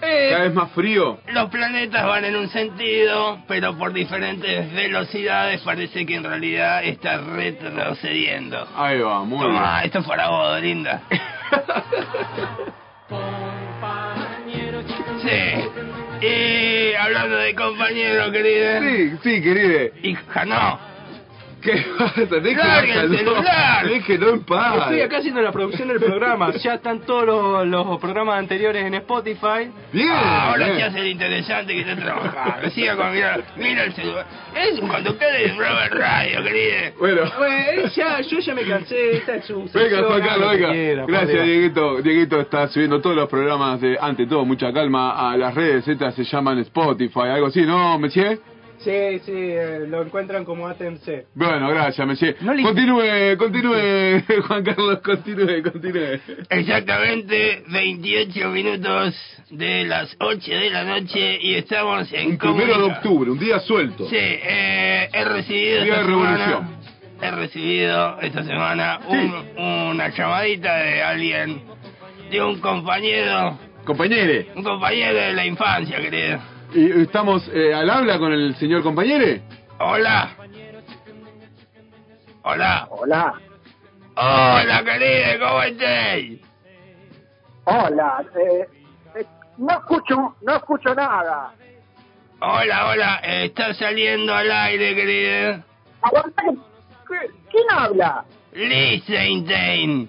[SPEAKER 4] ¿Cada
[SPEAKER 1] Eh,
[SPEAKER 4] vez más frío?
[SPEAKER 1] los planetas van en un sentido, pero por diferentes velocidades parece que en realidad está retrocediendo.
[SPEAKER 4] Ahí va, muy bien.
[SPEAKER 1] Toma, esto es para vos, linda.
[SPEAKER 8] compañero, chicken,
[SPEAKER 1] Sí. Y hablando de compañero, querido.
[SPEAKER 4] Sí, sí, querido.
[SPEAKER 1] Y Janó.
[SPEAKER 4] ¿Qué pasa?
[SPEAKER 1] Larga el
[SPEAKER 4] Déjelo,
[SPEAKER 1] celular.
[SPEAKER 4] déjelo en paz.
[SPEAKER 5] Estoy acá haciendo la producción del programa. Ya están todos los, los programas anteriores en Spotify.
[SPEAKER 4] Bien.
[SPEAKER 1] Ah, Ahora
[SPEAKER 4] bien.
[SPEAKER 1] se hace el interesante que está trabajando. Siga con mira, mira el celular. Es un conductor de programa de radio, querido.
[SPEAKER 4] Bueno.
[SPEAKER 5] Bueno, ya, yo ya me cansé. Esta es su.
[SPEAKER 4] Venga,
[SPEAKER 5] sección,
[SPEAKER 4] Juan
[SPEAKER 5] haga lo
[SPEAKER 4] Carlos,
[SPEAKER 5] que
[SPEAKER 4] venga.
[SPEAKER 5] quiera, por
[SPEAKER 4] Gracias,
[SPEAKER 5] Dios.
[SPEAKER 4] Dieguito. Dieguito está subiendo todos los programas de Ante Todo Mucha Calma a las redes. Estas se llaman Spotify, algo así, ¿no, Messier?
[SPEAKER 5] Sí, sí, eh, lo encuentran como ATMC.
[SPEAKER 4] Bueno, gracias, Messier.
[SPEAKER 5] No le-
[SPEAKER 4] Continúe, continúe, Juan Carlos, continúe, continúe.
[SPEAKER 1] Exactamente 28 minutos de las 8 de la noche y estamos en
[SPEAKER 4] Un primero de
[SPEAKER 1] Comunica.
[SPEAKER 4] octubre, un día suelto.
[SPEAKER 1] Sí, eh, he recibido
[SPEAKER 4] Día
[SPEAKER 1] esta
[SPEAKER 4] de revolución.
[SPEAKER 1] semana, he recibido esta semana un- una llamadita de alguien, de un compañero,
[SPEAKER 4] Compañere,
[SPEAKER 1] un compañero de la infancia, querido.
[SPEAKER 4] ¿y ¿estamos eh, al habla con el señor compañere?
[SPEAKER 1] Hola. Hola.
[SPEAKER 9] Hola,
[SPEAKER 1] Hola, querido, ¿cómo estáis?
[SPEAKER 9] hola. eh, eh, no escucho, no escucho nada.
[SPEAKER 1] Hola, hola, está saliendo al aire, querida.
[SPEAKER 9] Aguanta que- ¿qué- ¿Quién habla?
[SPEAKER 1] Liechtenstein.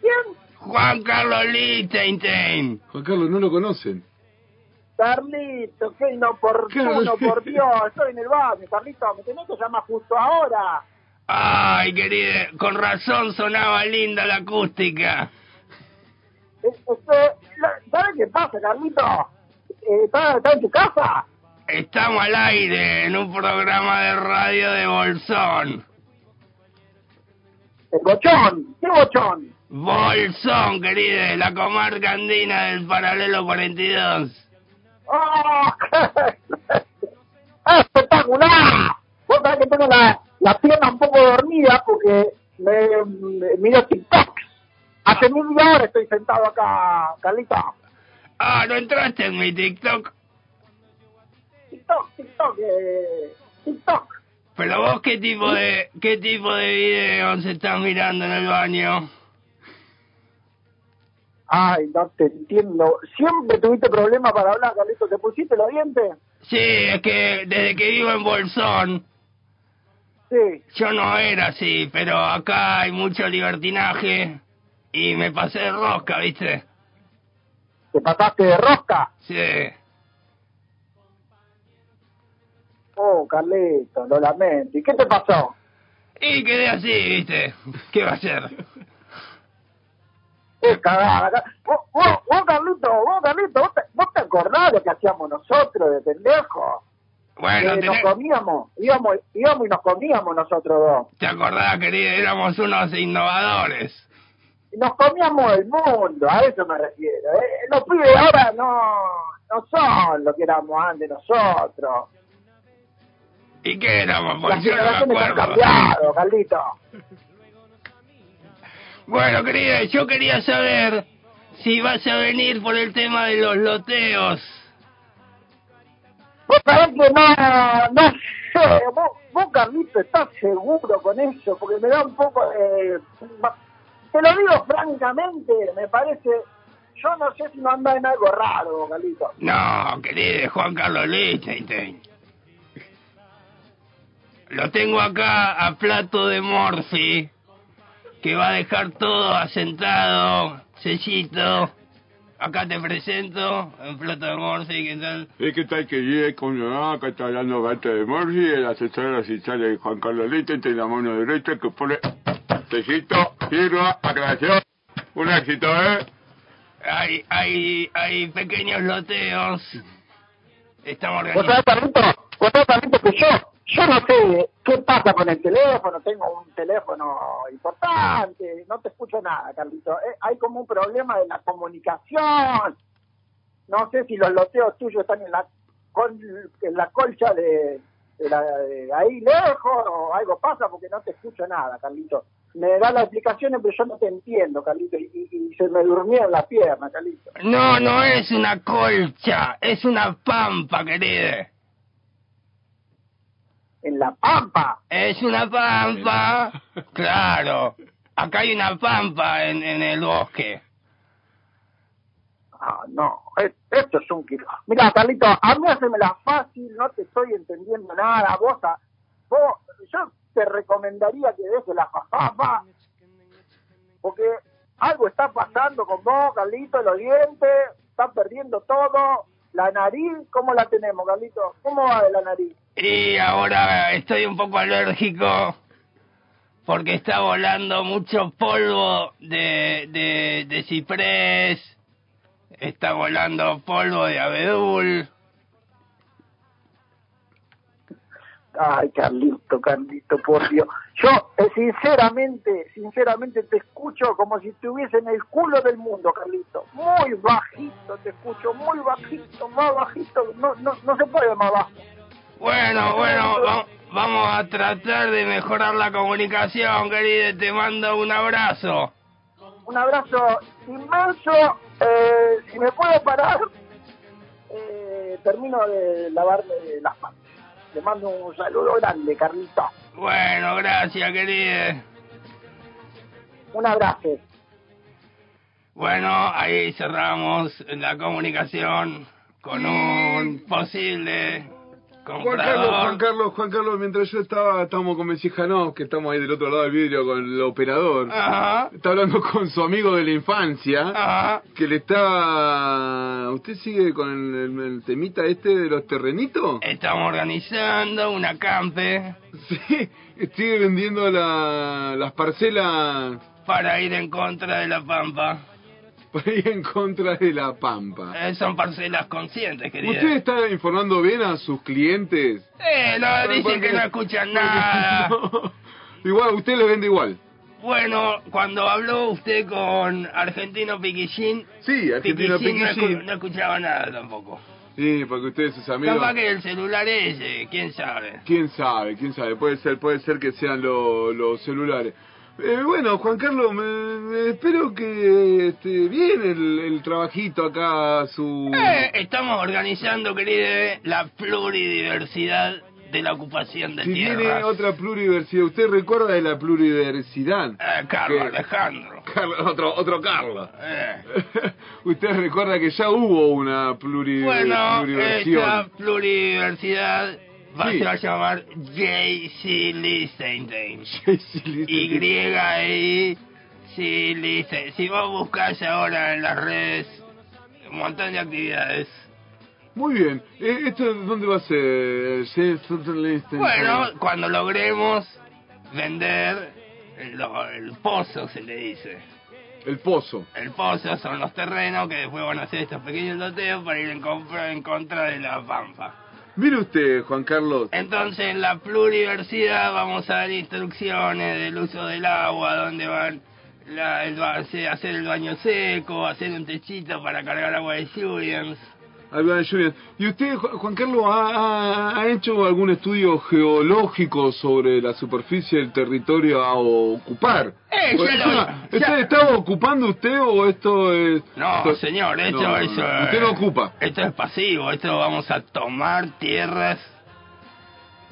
[SPEAKER 9] ¿Quién?
[SPEAKER 1] Juan Carlos Liechtenstein.
[SPEAKER 4] Juan Carlos, no lo conocen.
[SPEAKER 9] Carlito, qué inoportuno,
[SPEAKER 4] Claro.
[SPEAKER 9] por Dios. Estoy en el barrio, Carlito. Me tenés que llamar justo ahora.
[SPEAKER 1] Ay, querida, con razón sonaba linda la acústica.
[SPEAKER 9] Es- Este, la- ¿Sabes qué pasa, Carlito? Eh, ¿Está está en tu casa?
[SPEAKER 1] Estamos al aire en un programa de radio de Bolsón.
[SPEAKER 9] El bochón. ¿Qué bochón?
[SPEAKER 1] Bolsón, querida, la comarca andina del paralelo 42.
[SPEAKER 9] ¡Oh! ¡Ah, ¡Espectacular! Vos sabés que tengo la, la pierna un poco dormida porque me, me miro TikTok. Hace mil horas estoy sentado acá, Carlito.
[SPEAKER 1] Ah, ¿no entraste en mi TikTok?
[SPEAKER 9] TikTok, TikTok, eh, TikTok.
[SPEAKER 1] Pero vos qué tipo de qué tipo de videos estás mirando en el baño?
[SPEAKER 9] Ay, no te entiendo. Siempre tuviste problemas para hablar, Carlito. ¿Te pusiste los dientes?
[SPEAKER 1] Sí, es que desde que vivo en Bolsón,
[SPEAKER 9] Sí.
[SPEAKER 1] yo no era así, pero acá hay mucho libertinaje y me pasé de rosca, ¿viste?
[SPEAKER 9] ¿Te pasaste de rosca?
[SPEAKER 1] Sí.
[SPEAKER 9] Oh, Carlito, lo lamento. ¿Y qué te pasó?
[SPEAKER 1] Y quedé así, ¿viste? ¿Qué va a ser?
[SPEAKER 9] Qué cagada. Car- Vos, vos, vos, Carlito, vos, Carlito, vos te, vos te acordás de lo que hacíamos nosotros de pendejo.
[SPEAKER 1] Bueno,
[SPEAKER 9] que
[SPEAKER 1] tenés-
[SPEAKER 9] nos comíamos, íbamos, íbamos y nos comíamos nosotros dos.
[SPEAKER 1] ¿te acordás, querida? Éramos unos innovadores.
[SPEAKER 9] Y Nos comíamos el mundo, a eso me refiero. ¿eh? Los pibes ahora no, no son lo que éramos antes nosotros.
[SPEAKER 1] ¿Y qué éramos? Porque
[SPEAKER 9] Las
[SPEAKER 1] yo no me
[SPEAKER 9] generaciones han
[SPEAKER 1] acuerdo.
[SPEAKER 9] cambiado, Carlito.
[SPEAKER 1] Bueno, querida, yo quería saber si vas a venir por el tema de los loteos.
[SPEAKER 9] Vos sabés que no, no sé, vos, vos Carlito estás seguro con eso, porque me da un poco de... eh, Te lo digo francamente, me parece... Yo no sé si no anda en algo raro, vos, Carlito.
[SPEAKER 1] No, querida, Juan Carlos Lichtenstein. Lo tengo acá a plato de Morphy, que va a dejar todo asentado, sellito. Acá te presento, en plato de Morphy, ¿qué tal?
[SPEAKER 2] Es que tal que vive con una que está hablando Gata de Morsi, el asesor asistencial de Juan Carlos Leite, entre la mano derecha que pone tejito, sirva, aclaración, un éxito, ¿eh?
[SPEAKER 1] Hay, hay, hay pequeños loteos. Estamos
[SPEAKER 9] Vos sabés,
[SPEAKER 1] organizando.
[SPEAKER 9] Carlito, vos sabés, Carlito, que yo, yo no sé qué pasa con el teléfono, tengo un teléfono importante, no te escucho nada, Carlito. Eh, hay como un problema de la comunicación. No sé si los loteos tuyos están en la col- en la colcha de, de la- de ahí lejos o algo pasa porque no te escucho nada, Carlito. Me da las explicaciones, pero yo no te entiendo, Carlito, y, y- y se me durmieron las piernas, Carlito.
[SPEAKER 1] No, no es una colcha, es una pampa, querida.
[SPEAKER 9] En la pampa.
[SPEAKER 1] Es una pampa, claro. Acá hay una pampa en, en el bosque.
[SPEAKER 9] Ah, no, es- esto es un kilo. Mira, Carlito, a mí hacemela fácil, no te estoy entendiendo nada. Vos, a- vos yo te recomendaría que dejes la fafafa, porque algo está pasando con vos, Carlito, los dientes, estás perdiendo todo. La nariz, ¿cómo la tenemos, Carlito? ¿Cómo va de la nariz?
[SPEAKER 1] Y ahora estoy un poco alérgico porque está volando mucho polvo de, de, de ciprés, está volando polvo de abedul.
[SPEAKER 9] Ay, Carlito, Carlito, por Dios. Yo, eh, sinceramente, sinceramente te escucho como si estuviese en el culo del mundo, Carlito. Muy bajito te escucho, muy bajito, más bajito. No, no, no se puede más bajo.
[SPEAKER 1] Bueno, bueno, va- vamos a tratar de mejorar la comunicación, querido. Te mando un abrazo.
[SPEAKER 9] Un abrazo inmenso. Eh, si me puedo parar, eh, termino de lavarme las manos. Te mando un saludo grande, Carlito.
[SPEAKER 1] Bueno, gracias, querido.
[SPEAKER 9] Un abrazo.
[SPEAKER 1] Bueno, ahí cerramos la comunicación con un posible
[SPEAKER 4] Juan Carlos, Juan
[SPEAKER 1] comprador.
[SPEAKER 4] Carlos, Juan Carlos, mientras yo estaba, estamos con Messi Janov, que estamos ahí del otro lado del vidrio con el operador.
[SPEAKER 1] Ah. Ajá,
[SPEAKER 4] Está hablando con su amigo de la infancia,
[SPEAKER 1] ajá.
[SPEAKER 4] que le está... ¿Usted sigue con el, el- el temita este de los terrenitos?
[SPEAKER 1] Estamos organizando un acampe
[SPEAKER 4] Sí, sigue vendiendo la- las parcelas
[SPEAKER 1] para ir en contra de la pampa.
[SPEAKER 4] para ir en contra de la pampa.
[SPEAKER 1] Eh, son parcelas conscientes, querido.
[SPEAKER 4] ¿Usted está informando bien a sus clientes?
[SPEAKER 1] Eh, no, dicen que no escuchan nada.
[SPEAKER 4] No. Igual, usted le vende igual.
[SPEAKER 1] Bueno, cuando habló usted con Argentino Piquillín,
[SPEAKER 4] Sí, Argentina
[SPEAKER 1] Piquillín no, escu-
[SPEAKER 4] Piquillín.
[SPEAKER 1] no escuchaba nada tampoco.
[SPEAKER 4] Sí, porque ustedes sus amigos...
[SPEAKER 1] Capaz que el celular ese, quién sabe.
[SPEAKER 4] Quién sabe, quién sabe, puede ser, puede ser que sean lo- los celulares. Eh, bueno, Juan Carlos, me, me- espero que esté bien el, el trabajito acá, a su...
[SPEAKER 1] Eh, estamos organizando, querido, la pluridiversidad de la ocupación de
[SPEAKER 4] si tiene
[SPEAKER 1] tierras.
[SPEAKER 4] otra pluriversidad, ¿usted recuerda de la pluriversidad?
[SPEAKER 1] Eh, Carlos
[SPEAKER 4] ¿Qué?
[SPEAKER 1] Alejandro.
[SPEAKER 4] Carlos- otro, otro Carlos.
[SPEAKER 1] Eh.
[SPEAKER 4] Usted recuerda que ya hubo una pluri-
[SPEAKER 1] Bueno, esta
[SPEAKER 4] Eh, pluriversión.
[SPEAKER 1] pluridiversidad va,
[SPEAKER 4] Sí.
[SPEAKER 1] se va a llamar JC Lichtenstein.
[SPEAKER 4] Y
[SPEAKER 1] Y sí, lice. Si vos buscás ahora en las redes un montón de actividades.
[SPEAKER 4] Muy bien, Eh, ¿esto dónde va a ser? Sí, Sutherland,
[SPEAKER 1] Bueno, cuando logremos vender el, lo- el pozo, se le dice.
[SPEAKER 4] El pozo.
[SPEAKER 1] El pozo son los terrenos que después van a hacer estos pequeños loteos para ir en, compra- en contra de la pampa.
[SPEAKER 4] Mire usted, Juan Carlos.
[SPEAKER 1] Entonces en la pluriversidad vamos a dar instrucciones del uso del agua, dónde van la- el ba- hacer el baño seco, hacer un techito para cargar agua de lluvias.
[SPEAKER 4] Ahí va, Julián. ¿Y usted, Ju- Juan Carlos, ha, ha- ha hecho algún estudio geológico sobre la superficie del territorio a ocupar?
[SPEAKER 1] Eh,
[SPEAKER 4] Porque
[SPEAKER 1] ya
[SPEAKER 4] esto-
[SPEAKER 1] lo-
[SPEAKER 4] ¿Esto
[SPEAKER 1] ya-
[SPEAKER 4] estaba ocupando usted o esto es...?
[SPEAKER 1] No,
[SPEAKER 4] esto-
[SPEAKER 1] señor, esto
[SPEAKER 4] No,
[SPEAKER 1] es... eh,
[SPEAKER 4] Usted no ocupa.
[SPEAKER 1] Esto es pasivo, esto vamos a tomar tierras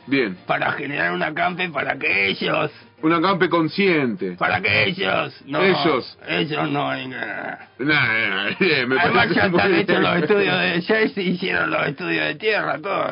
[SPEAKER 4] Bien.
[SPEAKER 1] para generar un acampe para que ellos,
[SPEAKER 4] Un acampe consciente.
[SPEAKER 1] para que ellos, no,
[SPEAKER 4] Ellos.
[SPEAKER 1] ellos no vengan.
[SPEAKER 4] Nah, nah, bien, me
[SPEAKER 1] Además
[SPEAKER 4] parece
[SPEAKER 1] ya
[SPEAKER 4] muy
[SPEAKER 1] están
[SPEAKER 4] bien.
[SPEAKER 1] hechos los estudios de ya se hicieron los estudios de tierra, todo.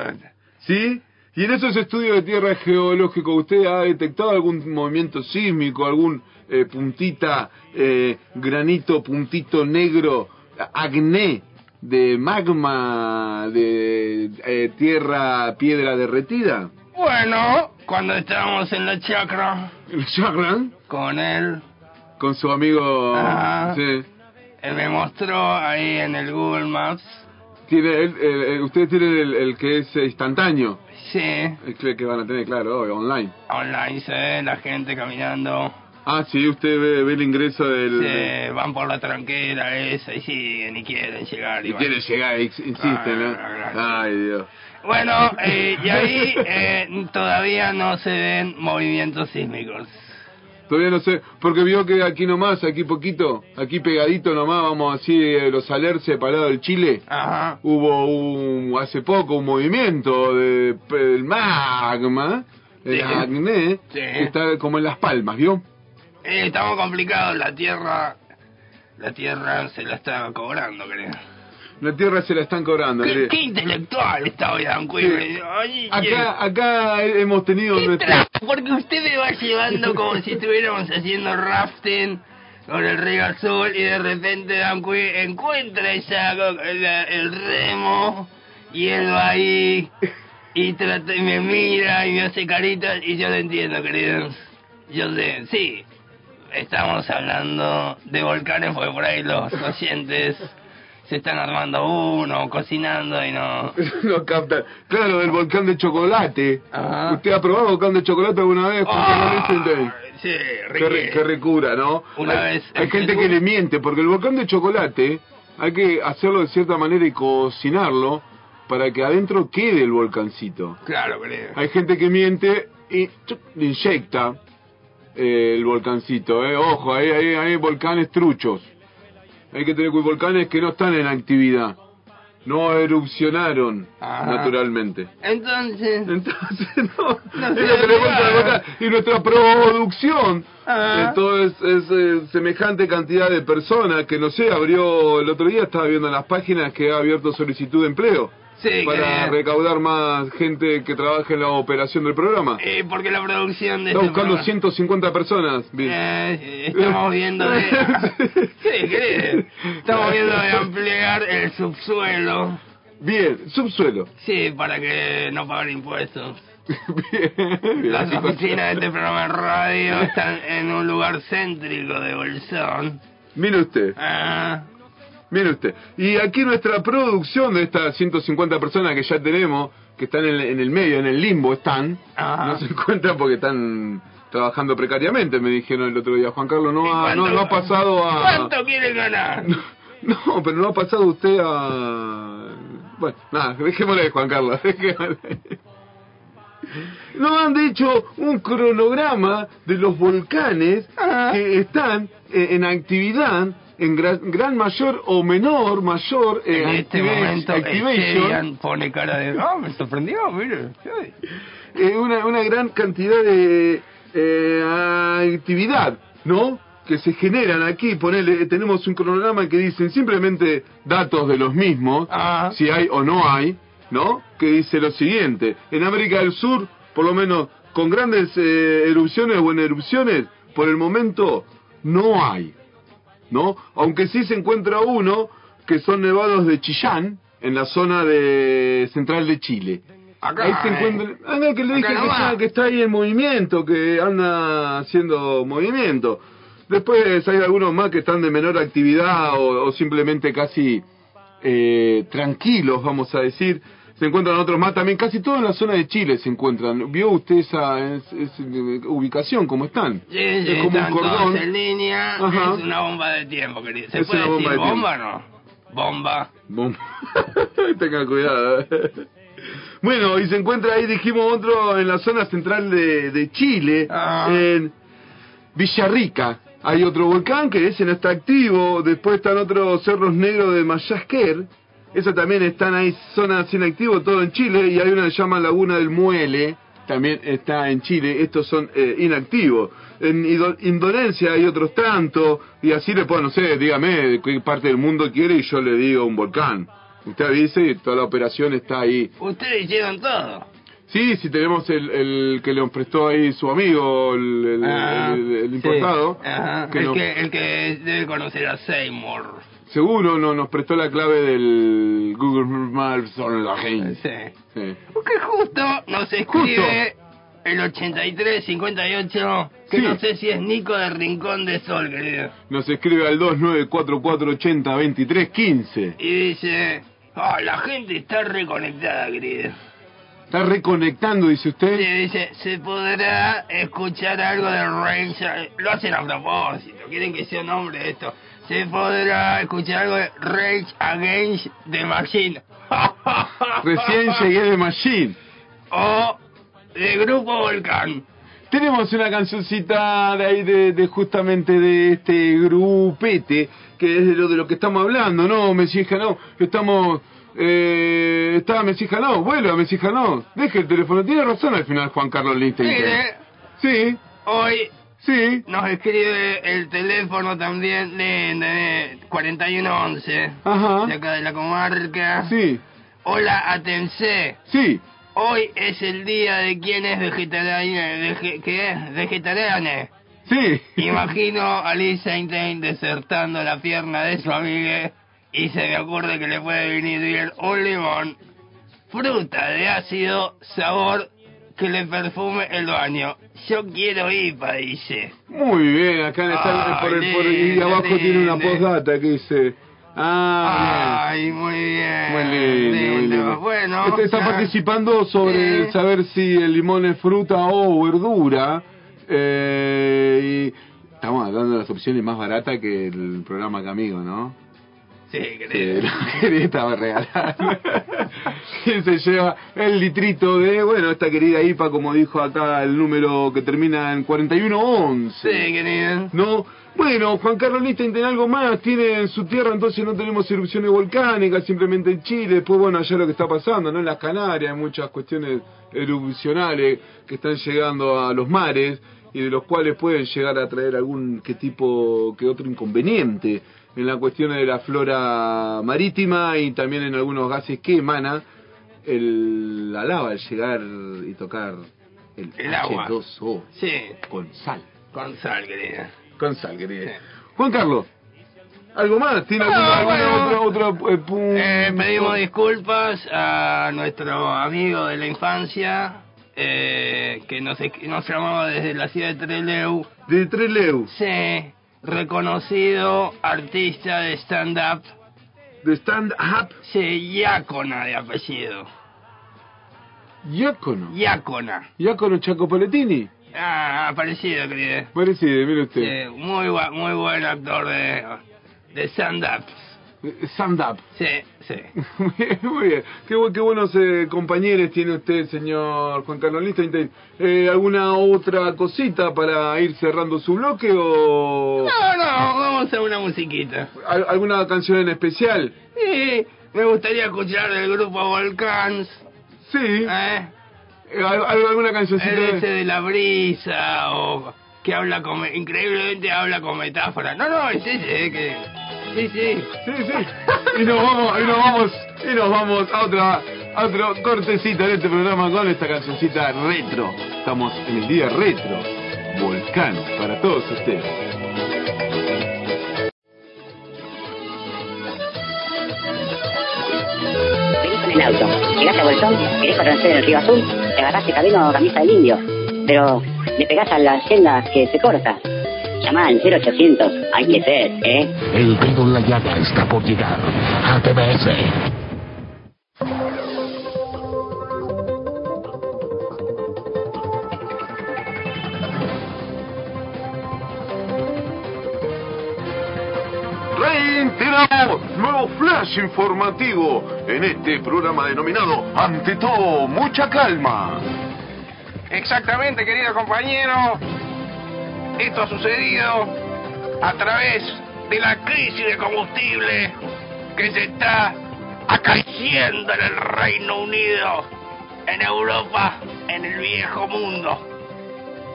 [SPEAKER 4] ¿Sí? ¿Y en esos estudios de tierra geológico usted ha detectado algún movimiento sísmico, algún eh, puntita, eh, granito, puntito negro, acné de magma, de eh, tierra, piedra derretida?
[SPEAKER 1] Bueno, cuando estábamos en la chacra
[SPEAKER 4] ¿El Chagrin?
[SPEAKER 1] con él,
[SPEAKER 4] Con su amigo...
[SPEAKER 1] Ajá.
[SPEAKER 4] sí.
[SPEAKER 1] él me mostró ahí en el Google Maps,
[SPEAKER 4] Tiene el- el- el- ustedes tienen el, el que es eh, instantáneo,
[SPEAKER 1] sí,
[SPEAKER 4] el que que van a tener, claro, obvio, online.
[SPEAKER 1] online se ve la gente caminando.
[SPEAKER 4] Ah, sí, usted ve, ve el ingreso del...
[SPEAKER 1] Se van por la tranquera esa y siguen y quieren llegar.
[SPEAKER 4] Y
[SPEAKER 1] van.
[SPEAKER 4] quiere llegar, ex- insiste, ¿no?
[SPEAKER 1] Ah,
[SPEAKER 4] Ay, Dios.
[SPEAKER 1] Bueno, eh, y ahí eh, todavía no se ven movimientos sísmicos.
[SPEAKER 4] Todavía no sé, porque vio que aquí nomás, aquí poquito, aquí pegadito nomás, vamos así, eh, los aler separado del Chile.
[SPEAKER 1] Ajá.
[SPEAKER 4] Hubo un, hace poco un movimiento de, del magma, el
[SPEAKER 1] Sí.
[SPEAKER 4] acné,
[SPEAKER 1] Sí.
[SPEAKER 4] que está como en las palmas, ¿vio?
[SPEAKER 1] Eh, estamos complicados, la tierra. La tierra se la está cobrando, creo.
[SPEAKER 4] La tierra se la están cobrando.
[SPEAKER 1] ¿Qué,
[SPEAKER 4] mire.
[SPEAKER 1] qué intelectual está hoy Dan Quirrell. Ay,
[SPEAKER 4] Acá, acá hemos tenido
[SPEAKER 1] qué
[SPEAKER 4] nuestro...
[SPEAKER 1] tra- Porque usted me va llevando como si estuviéramos haciendo rafting con el río azul y de repente Dan Quirrell encuentra esa, co- la- el remo y él va ahí y, trata, y me mira y me hace caritas y yo lo entiendo, queridos. Yo sé, sí, estamos hablando de volcanes porque por ahí los oyentes se están armando uno, cocinando y no...
[SPEAKER 4] No capta. Claro, del volcán de chocolate.
[SPEAKER 5] Ah.
[SPEAKER 1] Ajá.
[SPEAKER 4] ¿Usted ha probado volcán de chocolate alguna vez? Juan
[SPEAKER 1] Ah.
[SPEAKER 4] Carlos Lichtenstein?
[SPEAKER 1] sí,
[SPEAKER 4] Qué, re- qué ricura, ¿no?
[SPEAKER 1] Una
[SPEAKER 4] hay,
[SPEAKER 1] vez
[SPEAKER 4] hay
[SPEAKER 1] en
[SPEAKER 4] gente
[SPEAKER 1] Facebook.
[SPEAKER 4] que le miente, porque el volcán de chocolate hay que hacerlo de cierta manera y cocinarlo para que adentro quede el volcancito.
[SPEAKER 1] Claro, querido.
[SPEAKER 4] Hay gente que miente y chup, le inyecta eh, el volcancito. ¿eh? Ojo, ahí, ahí- hay volcanes truchos. Hay que tener cuidado, volcanes que no están en actividad. no erupcionaron
[SPEAKER 1] Ah.
[SPEAKER 4] naturalmente.
[SPEAKER 1] Entonces.
[SPEAKER 4] Entonces, no,
[SPEAKER 1] No
[SPEAKER 4] es lo
[SPEAKER 1] sé,
[SPEAKER 4] que le cuento a la
[SPEAKER 1] claro.
[SPEAKER 4] boca. Y nuestra producción,
[SPEAKER 1] Ah.
[SPEAKER 4] entonces, es eh, semejante cantidad de personas que, no sé, abrió, el otro día estaba viendo en las páginas que ha abierto solicitud de empleo
[SPEAKER 1] Sí, eh,
[SPEAKER 4] para
[SPEAKER 1] que-
[SPEAKER 4] recaudar más gente que trabaje en la operación del programa.
[SPEAKER 1] Eh, porque la producción de
[SPEAKER 4] Está
[SPEAKER 1] este
[SPEAKER 4] buscando
[SPEAKER 1] programa-
[SPEAKER 4] 150 personas, Bill.
[SPEAKER 1] Eh, estamos viendo de... Sí, ¿qué? Estamos viendo de ampliar el subsuelo.
[SPEAKER 4] Bien, subsuelo.
[SPEAKER 1] Sí, para que no paguen impuestos.
[SPEAKER 4] bien, bien.
[SPEAKER 1] Las oficinas de este programa de radio están en un lugar céntrico de Bolsón.
[SPEAKER 4] Mire usted.
[SPEAKER 1] Ah,
[SPEAKER 4] Mire usted, y aquí nuestra producción de estas 150 personas que ya tenemos, que están en, en el medio, en el limbo, están,
[SPEAKER 1] Ajá.
[SPEAKER 4] no se encuentran porque están trabajando precariamente, me dijeron el otro día. Juan Carlos, no ha, no,
[SPEAKER 1] ¿Cuánto-
[SPEAKER 4] no ha pasado a...
[SPEAKER 1] ¿Cuánto quieren ganar?
[SPEAKER 4] No, pero no ha pasado usted a... Bueno, nada, dejémosle, Juan Carlos, dejémosle. Nos han dicho un cronograma de los volcanes
[SPEAKER 1] Ajá.
[SPEAKER 4] que están eh, en actividad en gran, gran mayor o menor mayor eh,
[SPEAKER 1] En este
[SPEAKER 4] activa-
[SPEAKER 1] momento,
[SPEAKER 4] activation
[SPEAKER 1] Esteban pone cara de... Ah, me sorprendió, mire. Sí.
[SPEAKER 4] eh, una, una gran cantidad de eh, actividad, ¿no? Que se generan aquí, ponele, eh, tenemos un cronograma que dicen simplemente datos de los mismos,
[SPEAKER 1] Ah.
[SPEAKER 4] si hay o no hay, ¿no? Que dice lo siguiente, en América del Sur, por lo menos con grandes eh, erupciones o en erupciones, por el momento no hay, ¿no? Aunque sí se encuentra uno que son nevados de Chillán, en la zona de central de Chile.
[SPEAKER 1] Acá,
[SPEAKER 4] ahí se
[SPEAKER 1] eh.
[SPEAKER 4] encuentra... Ah, no, que le dije
[SPEAKER 1] Acá
[SPEAKER 4] que
[SPEAKER 1] nomás.
[SPEAKER 4] está, que está ahí en movimiento, que anda haciendo movimiento. Después hay algunos más que están de menor actividad o, o simplemente casi eh, tranquilos, vamos a decir. Se encuentran otros más también, casi todo en la zona de Chile se encuentran. ¿Vio usted esa, es- es- eh, ubicación? ¿Cómo están?
[SPEAKER 1] Sí,
[SPEAKER 4] es
[SPEAKER 1] sí,
[SPEAKER 4] como un
[SPEAKER 1] están todos
[SPEAKER 4] cordón.
[SPEAKER 1] en línea.
[SPEAKER 4] Ajá.
[SPEAKER 1] Es una bomba de tiempo, querido. ¿Se
[SPEAKER 4] Es
[SPEAKER 1] puede
[SPEAKER 4] una bomba
[SPEAKER 1] decir
[SPEAKER 4] de
[SPEAKER 1] bomba o no? Bomba.
[SPEAKER 4] Bom. Tengan cuidado. eh. bueno, y se encuentra ahí, dijimos, otro en la zona central de, de Chile,
[SPEAKER 1] Ah.
[SPEAKER 4] en Villarrica. Hay otro volcán que ese no está activo. Después están otros cerros negros de Mayasquer. Esa también están ahí, zonas inactivas, todo en Chile. Y hay una que se llama Laguna del Muele, también está en Chile. Estos son eh, inactivos. En Ido- Indonesia hay otros tantos. Y así le puedo, no sé, dígame de qué parte del mundo quiere y yo le digo un volcán. Usted avise y toda la operación está ahí.
[SPEAKER 1] Ustedes hicieron todo.
[SPEAKER 4] Sí, sí, tenemos el, el que le prestó ahí su amigo, el, el-
[SPEAKER 1] Ah,
[SPEAKER 4] el- el
[SPEAKER 1] sí.
[SPEAKER 4] importado.
[SPEAKER 1] Ajá.
[SPEAKER 4] que
[SPEAKER 1] el,
[SPEAKER 4] nos-
[SPEAKER 1] que, el que debe conocer a Seymour.
[SPEAKER 4] Seguro no, nos prestó la clave del Google Maps Online.
[SPEAKER 1] Eh, Sí.
[SPEAKER 4] Sí.
[SPEAKER 1] Porque justo nos escribe el 8358, que
[SPEAKER 4] Sí.
[SPEAKER 1] no sé si es Nico de Rincón de Sol, querido.
[SPEAKER 4] Nos escribe al 2944802315.
[SPEAKER 1] Y dice... Ah, la gente está reconectada, querido.
[SPEAKER 4] Está reconectando, dice
[SPEAKER 1] Y
[SPEAKER 4] usted.
[SPEAKER 1] dice, se podrá escuchar algo de Ranger. Lo hacen a propósito, quieren que sea nombre esto. Se podrá escuchar algo de Rage Against the Machine.
[SPEAKER 4] Recién llegué de Machine.
[SPEAKER 1] O de Grupo Volcán.
[SPEAKER 4] Tenemos una cancioncita de ahí de, de justamente de este grupete, que es de lo de lo que estamos hablando, ¿no? Mesija no, estamos... Eh, está Mesija no, vuelve a Mesija no, deje el teléfono, tiene razón al final Juan Carlos Lichtenstein.
[SPEAKER 1] Mire,
[SPEAKER 4] Sí,
[SPEAKER 1] hoy
[SPEAKER 4] sí,
[SPEAKER 1] nos escribe el teléfono también de, de 4111.
[SPEAKER 4] Ajá.
[SPEAKER 1] De acá de la comarca.
[SPEAKER 4] ¿Ah? sí,
[SPEAKER 1] Hola, atencé.
[SPEAKER 4] sí.
[SPEAKER 1] Hoy es el día de quienes vegetarianes, vege- ¿qué es? Vegetarianes.
[SPEAKER 4] Sí,
[SPEAKER 1] Imagino a Lisa Einstein desertando la pierna de su amiga y se me ocurre que le puede venir bien un limón, fruta de ácido, sabor que le perfume el baño. Yo quiero IPA, dice.
[SPEAKER 4] muy bien, acá está
[SPEAKER 1] Ay,
[SPEAKER 4] por el, por el- y
[SPEAKER 1] lindo,
[SPEAKER 4] abajo tiene una
[SPEAKER 1] lindo.
[SPEAKER 4] postdata que dice... Ah,
[SPEAKER 1] Ay, muy bien.
[SPEAKER 4] bien. Muy lindo, muy
[SPEAKER 1] Lindo.
[SPEAKER 4] lindo.
[SPEAKER 1] Bueno.
[SPEAKER 4] Usted está
[SPEAKER 1] ya.
[SPEAKER 4] participando sobre
[SPEAKER 1] Sí.
[SPEAKER 4] el saber si el limón es fruta o verdura. Eh, y estamos hablando de las opciones más baratas que el programa Camigo, ¿no?
[SPEAKER 1] Sí, querido.
[SPEAKER 4] Que la querida estaba regalando. y se lleva el litrito de, bueno, esta querida IPA, como dijo acá el número que termina en 4111.
[SPEAKER 1] Sí, querido.
[SPEAKER 4] ¿no? Bueno, Juan Carlos Lichtenstein tiene algo más, tiene en su tierra entonces no tenemos erupciones volcánicas, simplemente en Chile, después bueno, allá lo que está pasando, ¿no? En las Canarias hay muchas cuestiones erupcionales que están llegando a los mares y de los cuales pueden llegar a traer algún que tipo que otro inconveniente en la cuestión de la flora marítima y también en algunos gases que emana el, la lava al llegar y tocar el,
[SPEAKER 1] El agua.
[SPEAKER 4] H2O
[SPEAKER 1] Sí,
[SPEAKER 4] con sal.
[SPEAKER 1] con sal, querida.
[SPEAKER 4] Con sal, querida. Juan Carlos, ¿algo más? ¿Tiene alguna, alguna otra, otra, eh, pun-
[SPEAKER 1] Ah, Eh, pedimos disculpas a nuestro amigo de la infancia eh, que nos, es- nos llamaba desde la ciudad de Trelew.
[SPEAKER 4] de Treleu,
[SPEAKER 1] Sí, reconocido artista de stand-up.
[SPEAKER 4] de Stand Up
[SPEAKER 1] Sí, Yácona de apellido.
[SPEAKER 4] Yácono.
[SPEAKER 1] Yácona.
[SPEAKER 4] Yácono Chacopoletini.
[SPEAKER 1] Ah, aparecido, querido.
[SPEAKER 4] Parecido, mire usted.
[SPEAKER 1] Sí, muy, gua- muy buen actor de, de stand-up.
[SPEAKER 4] Eh, Stand Up.
[SPEAKER 1] Sí, sí.
[SPEAKER 4] Muy bien, Muy bien, qué, bu- qué buenos eh, compañeros tiene usted, señor Juan Carlos Lichtenstein. Eh, ¿Alguna otra cosita para ir cerrando su bloque o
[SPEAKER 1] No, no, vamos a una musiquita.
[SPEAKER 4] al- alguna canción en especial?
[SPEAKER 1] Sí, me gustaría escuchar del grupo Volcans.
[SPEAKER 4] Sí,
[SPEAKER 1] ¿eh?
[SPEAKER 4] eh, al- al- alguna cancioncita.
[SPEAKER 1] El ese de la brisa o que habla con... me- Increíblemente habla con metáfora. No, no, es ese eh, que... Sí, sí.
[SPEAKER 4] Sí, sí. Y nos vamos, y nos vamos, y nos vamos a otra, a otro cortecita de este programa con esta cancioncita retro. Estamos en el día retro. Volcano para todos ustedes.
[SPEAKER 10] Venís en el auto, llegás a Bolsón, querés conocer el río azul, te agarrás el camino camisa del indio, pero le pegás a la senda que te corta. Llamá al 0800, hay que ser, ¿eh?
[SPEAKER 3] El dedo en la llaga está por llegar a TBS.
[SPEAKER 4] Reiteramos, nuevo flash informativo en este programa denominado Ante todo, mucha calma.
[SPEAKER 1] Exactamente, querido compañero. Esto ha sucedido a través de la crisis de combustible que se está acaeciendo en el Reino Unido, en Europa, en el viejo mundo.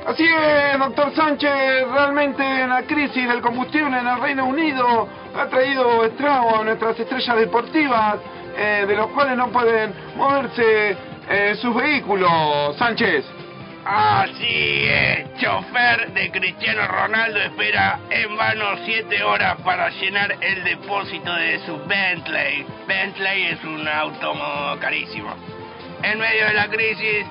[SPEAKER 4] Así es, doctor Sánchez, realmente la crisis del combustible en el Reino Unido ha traído estrago a nuestras estrellas deportivas, eh, de los cuales no pueden moverse eh, sus vehículos, Sánchez.
[SPEAKER 1] Así es, chofer de Cristiano Ronaldo espera en vano 7 horas para llenar el depósito de su Bentley. Bentley es un auto mo- carísimo. En medio de la crisis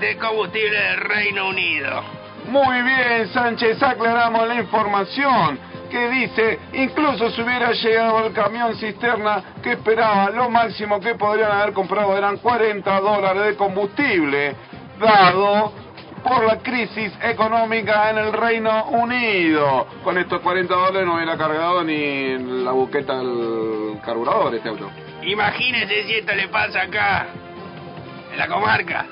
[SPEAKER 1] de combustible del Reino Unido.
[SPEAKER 4] Muy bien, Sánchez, aclaramos la información que dice, incluso si hubiera llegado el camión cisterna que esperaba, lo máximo que podrían haber comprado eran 40 dólares de combustible, dado por la crisis económica en el Reino Unido. Con estos 40 dólares no hubiera cargado ni la buqueta al carburador este auto.
[SPEAKER 1] Imagínese si esto le pasa acá, en la comarca.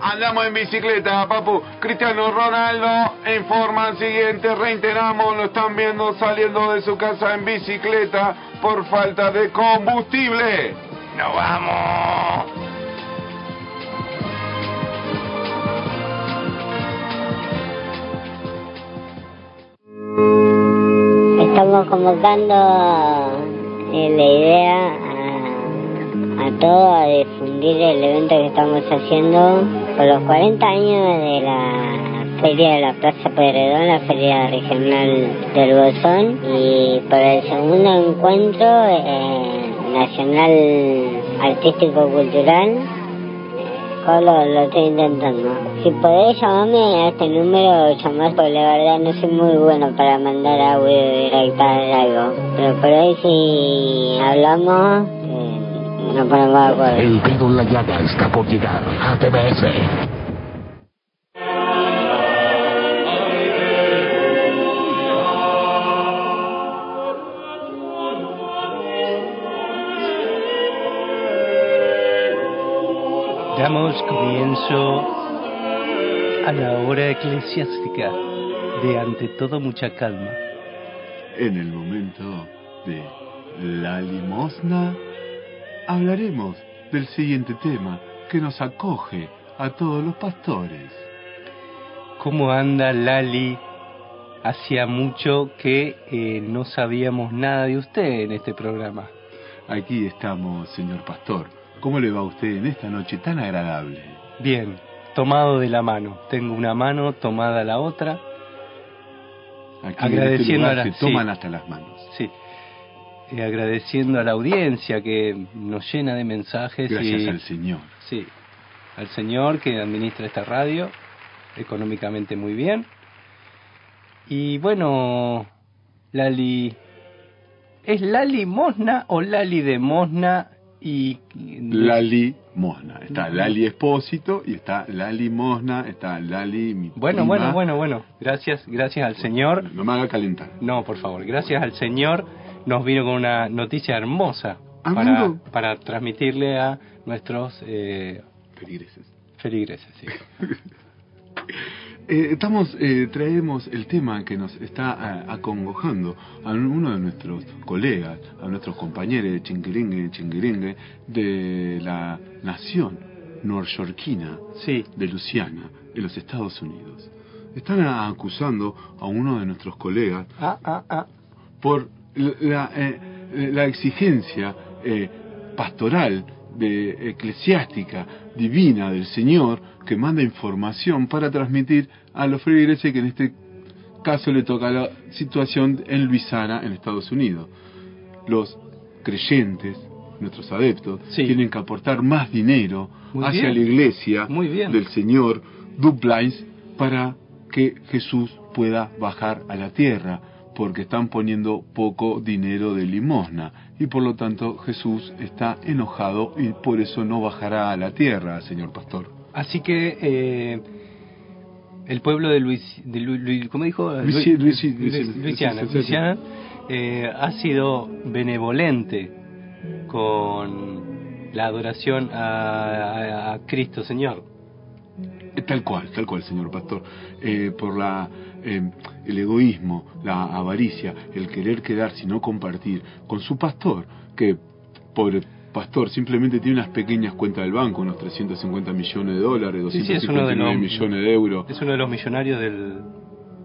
[SPEAKER 4] Andamos en bicicleta, papu. Cristiano Ronaldo informa al siguiente, reiteramos, lo están viendo saliendo de su casa en bicicleta por falta de combustible.
[SPEAKER 1] ¡Nos vamos!
[SPEAKER 10] Estamos convocando eh, la idea a, a todos a difundir el evento que estamos haciendo por los 40 años de la Feria de la Plaza Pedredón, la Feria Regional del Bolsón, y por el segundo encuentro eh, nacional artístico-cultural Pablo, lo estoy intentando. Si podés llamarme a este número, llamás, porque la verdad no soy muy bueno para mandar audio directa de algo. Pero por ahí si hablamos, eh, nos ponemos de acuerdo.
[SPEAKER 3] El dedo en la llaga está por llegar a TBS.
[SPEAKER 5] Damos comienzo a la hora eclesiástica de ante todo mucha calma.
[SPEAKER 11] En el momento de la limosna, hablaremos del siguiente tema que nos acoge a todos los pastores.
[SPEAKER 5] ¿Cómo anda Lali? Hacía mucho que eh, no sabíamos nada de usted en este programa.
[SPEAKER 11] Aquí estamos, señor pastor. ¿Cómo le va a usted en esta noche tan agradable?
[SPEAKER 5] Bien, tomado de la mano. Tengo una mano tomada la otra.
[SPEAKER 11] Aquí en este
[SPEAKER 5] agradeciendo
[SPEAKER 11] lugar
[SPEAKER 5] a la,
[SPEAKER 11] se
[SPEAKER 5] sí,
[SPEAKER 11] toman hasta las manos.
[SPEAKER 5] sí. Eh, agradeciendo a la audiencia que nos llena de mensajes
[SPEAKER 11] Gracias
[SPEAKER 5] y
[SPEAKER 11] al Señor.
[SPEAKER 5] Sí, al señor que administra esta radio, económicamente muy bien. Y bueno, Lali, ¿es Lali Mosna o Lali de Mosna? Y
[SPEAKER 11] Lali Mosna. Está Lali Espósito y está Lali Mosna, está Lali mi
[SPEAKER 5] Bueno,
[SPEAKER 11] prima.
[SPEAKER 5] bueno, bueno, bueno. Gracias, gracias al señor.
[SPEAKER 11] No me haga calentar.
[SPEAKER 5] No, por favor. Gracias al señor nos vino con una noticia hermosa para,
[SPEAKER 11] Amigo.
[SPEAKER 5] para transmitirle a nuestros eh,
[SPEAKER 11] Feligreses.
[SPEAKER 5] feligreses. sí.
[SPEAKER 11] Eh, estamos, eh, traemos el tema que nos está ah, acongojando a uno de nuestros colegas, a nuestros compañeros de chinguiringue, chinguiringue, de la nación noryorquina de Luciana, en los Estados Unidos. Están ah, acusando a uno de nuestros colegas
[SPEAKER 5] Ah, ah, ah.
[SPEAKER 11] por la, la, eh, la exigencia eh, pastoral, de, eclesiástica, divina del Señor, que manda información para transmitir a los feligreses que en este caso le toca la situación en Luisiana, en Estados Unidos. Los creyentes, nuestros adeptos, tienen que aportar más dinero
[SPEAKER 5] Muy
[SPEAKER 11] hacia
[SPEAKER 5] bien.
[SPEAKER 11] la iglesia
[SPEAKER 5] Muy bien.
[SPEAKER 11] del Señor Duplains para que Jesús pueda bajar a la tierra, porque están poniendo poco dinero de limosna y por lo tanto Jesús está enojado y por eso no bajará a la tierra, señor pastor.
[SPEAKER 5] Así que eh, el pueblo de Luis, de Lu- Lu- ¿cómo dijo?
[SPEAKER 11] Luisi-
[SPEAKER 5] Lu-
[SPEAKER 11] Luisi-
[SPEAKER 5] Lu-
[SPEAKER 11] Luisi-
[SPEAKER 5] Luisiana,
[SPEAKER 11] Luisi-
[SPEAKER 5] Luisiana, eh, ha sido benevolente con la adoración a, a- a Cristo Señor.
[SPEAKER 11] Eh, Tal cual, tal cual, señor pastor. Eh, por la, eh, el egoísmo, la avaricia, el querer quedarse y no compartir con su pastor, que pobre pastor simplemente tiene unas pequeñas cuentas del banco, unos 350 millones de dólares,
[SPEAKER 5] Sí, sí, es uno
[SPEAKER 11] 259
[SPEAKER 5] de los-
[SPEAKER 11] millones de euros.
[SPEAKER 5] Es uno de los millonarios del...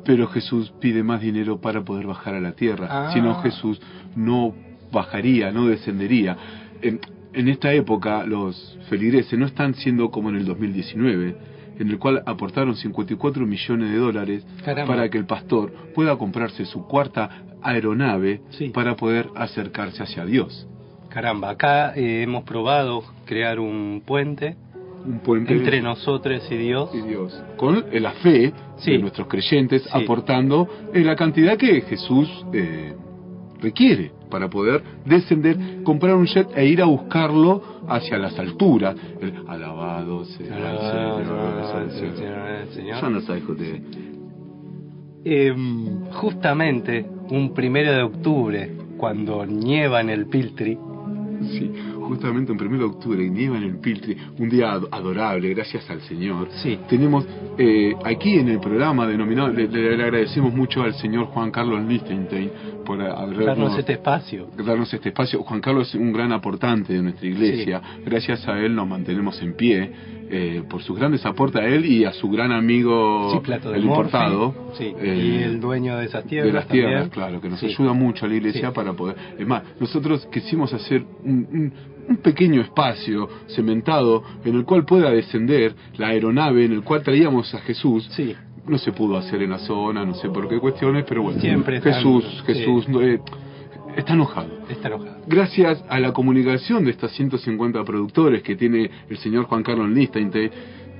[SPEAKER 11] Pero Jesús pide más dinero para poder bajar a la tierra.
[SPEAKER 5] Ah.
[SPEAKER 11] Si no, Jesús no bajaría, no descendería. En, en esta época, los feligreses no están siendo como en el 2019, en el cual aportaron 54 millones de dólares
[SPEAKER 5] Caramba.
[SPEAKER 11] para que el pastor pueda comprarse su cuarta aeronave para poder acercarse hacia Dios.
[SPEAKER 5] Caramba, acá eh, hemos probado crear un puente,
[SPEAKER 11] Un puente
[SPEAKER 5] entre nosotros y Dios.
[SPEAKER 11] Y Dios. con la fe de nuestros creyentes aportando eh, la cantidad que Jesús eh, requiere para poder descender, comprar un jet e ir a buscarlo hacia las alturas. El alabado sea el Señor, alabado sea el Señor. Yo no soy judío.
[SPEAKER 5] Em, justamente un primero de octubre, cuando nieva en el Piltri,
[SPEAKER 11] Sí, justamente en 1 de octubre, nieva en el Piltri, un día ad- adorable, gracias al Señor.
[SPEAKER 5] Sí.
[SPEAKER 11] Tenemos eh, aquí en el programa denominado, le, le- le agradecemos mucho al señor Juan Carlos Lichtenstein por habernos
[SPEAKER 5] darnos este espacio.
[SPEAKER 11] darnos este espacio. Juan Carlos es un gran aportante de nuestra iglesia. Gracias a él nos mantenemos en pie eh, por sus grandes aportes a él y a su gran amigo
[SPEAKER 5] Sí, plato de
[SPEAKER 11] el
[SPEAKER 5] Morphy,
[SPEAKER 11] importado
[SPEAKER 5] sí,
[SPEAKER 11] eh,
[SPEAKER 5] y el dueño de esas tierras.
[SPEAKER 11] de las tierras,
[SPEAKER 5] también.
[SPEAKER 11] claro, que nos
[SPEAKER 5] Sí.
[SPEAKER 11] ayuda mucho a la iglesia
[SPEAKER 5] Sí.
[SPEAKER 11] para poder. Es más, nosotros quisimos hacer un, un- un pequeño espacio cementado en el cual pueda descender la aeronave en el cual traíamos a Jesús. No se pudo hacer en la zona, no sé por qué cuestiones, pero bueno.
[SPEAKER 5] Siempre están-
[SPEAKER 11] Jesús,
[SPEAKER 5] sí.
[SPEAKER 11] Jesús no, eh, está enojado.
[SPEAKER 5] Está enojado.
[SPEAKER 11] Gracias a la comunicación de estas 150 productores que tiene el señor Juan Carlos Lichtenstein,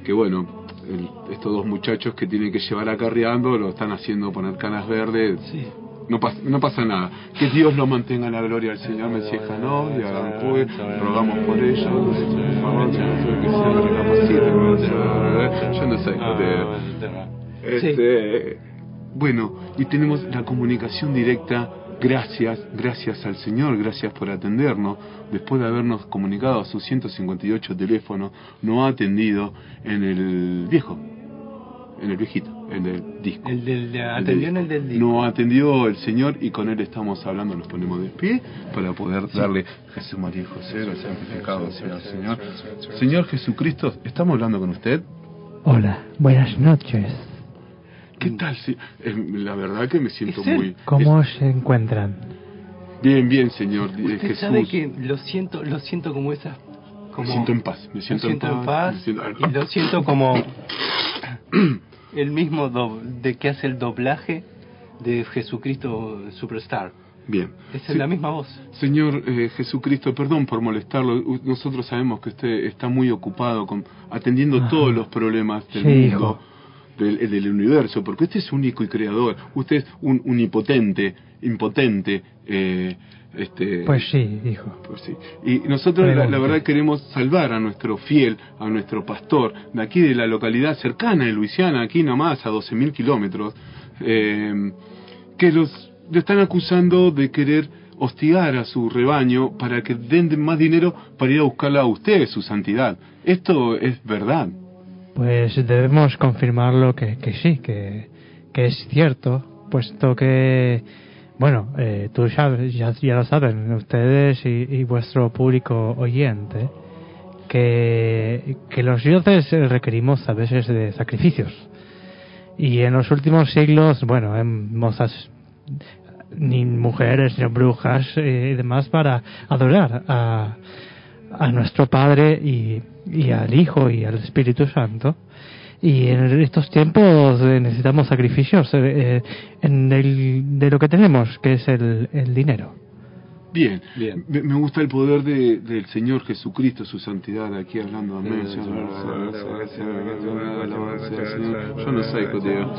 [SPEAKER 11] que bueno, el- estos dos muchachos que tienen que llevar acarreando lo están haciendo poner canas verdes. No, pas- no pasa nada. Que Dios los mantenga en la gloria del Señor, Mesieja no, y Agancuy. Rogamos por ellos. Por favor, que se recapaciten. Yo no sé.
[SPEAKER 5] Ah,
[SPEAKER 11] Este, bueno, y tenemos la comunicación directa. Gracias, gracias al Señor, gracias por atendernos. Después de habernos comunicado a sus 158 teléfonos, no ha atendido en el viejo, en el viejito, en el disco.
[SPEAKER 5] El del, atendió en el del disco.
[SPEAKER 11] Nos atendió el señor y con él estamos hablando, nos ponemos de pie para poder darle Jesús María y José, lo santificado sea el Señor. Señor Jesucristo, estamos hablando con usted.
[SPEAKER 12] Hola, buenas noches.
[SPEAKER 11] ¿Qué
[SPEAKER 5] Mm.
[SPEAKER 11] tal? se- eh, la verdad que me siento muy
[SPEAKER 12] ¿Cómo se encuentran?
[SPEAKER 11] bien, bien, señor eh,
[SPEAKER 5] Usted
[SPEAKER 11] Jesús.
[SPEAKER 5] sabe que lo siento, lo siento como esa. Como,
[SPEAKER 11] Me siento en paz, me siento en paz, me siento-
[SPEAKER 5] y lo siento como el mismo do- de que hace el doblaje de Jesucristo Superstar.
[SPEAKER 11] Bien.
[SPEAKER 5] Es
[SPEAKER 11] Sí.
[SPEAKER 5] la misma voz.
[SPEAKER 11] Señor eh, Jesucristo, perdón por molestarlo. U- Nosotros sabemos que usted está muy ocupado con atendiendo
[SPEAKER 5] Ah.
[SPEAKER 11] todos los problemas del
[SPEAKER 12] Sí,
[SPEAKER 11] mundo, del, el del universo, porque usted es único y creador. Usted es un unipotente, impotente. eh, este,
[SPEAKER 12] Pues sí, dijo.
[SPEAKER 11] pues sí. Y nosotros la, la verdad queremos salvar a nuestro fiel, a nuestro pastor, de aquí de la localidad cercana de Luisiana, aquí nomás a 12.000 kilómetros, eh, que los le están acusando de querer hostigar a su rebaño para que den más dinero para ir a buscarla a usted, su santidad. Esto es verdad.
[SPEAKER 12] Pues debemos confirmarlo que, que sí, que, que es cierto, puesto que, bueno, eh, tú sabes, ya, ya lo saben ustedes y, y vuestro público oyente, que, que los dioses eh, requerimos a veces de sacrificios. Y en los últimos siglos, bueno, hemos as- ni mujeres, ni brujas eh, y demás para adorar a, a nuestro Padre y, y al Hijo y al Espíritu Santo. Y en estos tiempos eh, necesitamos sacrificios eh, eh, en el- de lo que tenemos, que es el, el dinero.
[SPEAKER 11] Bien, Me, me gusta el poder de- del Señor Jesucristo, su santidad, aquí hablando. Amén. Yo no soy judío.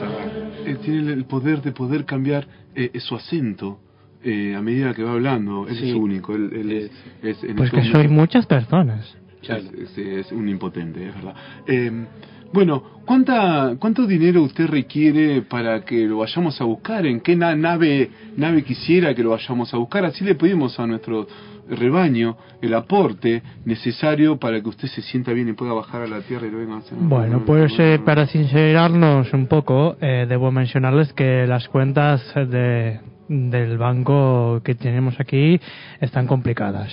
[SPEAKER 11] Él eh, tiene el poder de poder cambiar eh, su acento eh, a medida que va hablando. Él
[SPEAKER 12] Sí.
[SPEAKER 11] es único. Él, él es, es- en
[SPEAKER 12] Pues
[SPEAKER 11] este
[SPEAKER 12] que
[SPEAKER 11] momento-
[SPEAKER 12] soy muchas personas.
[SPEAKER 11] es, es- es un impotente, es verdad. Eh, bueno, ¿cuánta, ¿cuánto dinero usted requiere para que lo vayamos a buscar? ¿En qué na- nave, nave quisiera que lo vayamos a buscar? Así le pedimos a nuestro rebaño el aporte necesario para que usted se sienta bien y pueda bajar a la tierra y lo venga a hacer.
[SPEAKER 12] Bueno, pues eh, para sincerarnos un poco, eh, debo mencionarles que las cuentas de, del banco que tenemos aquí están complicadas.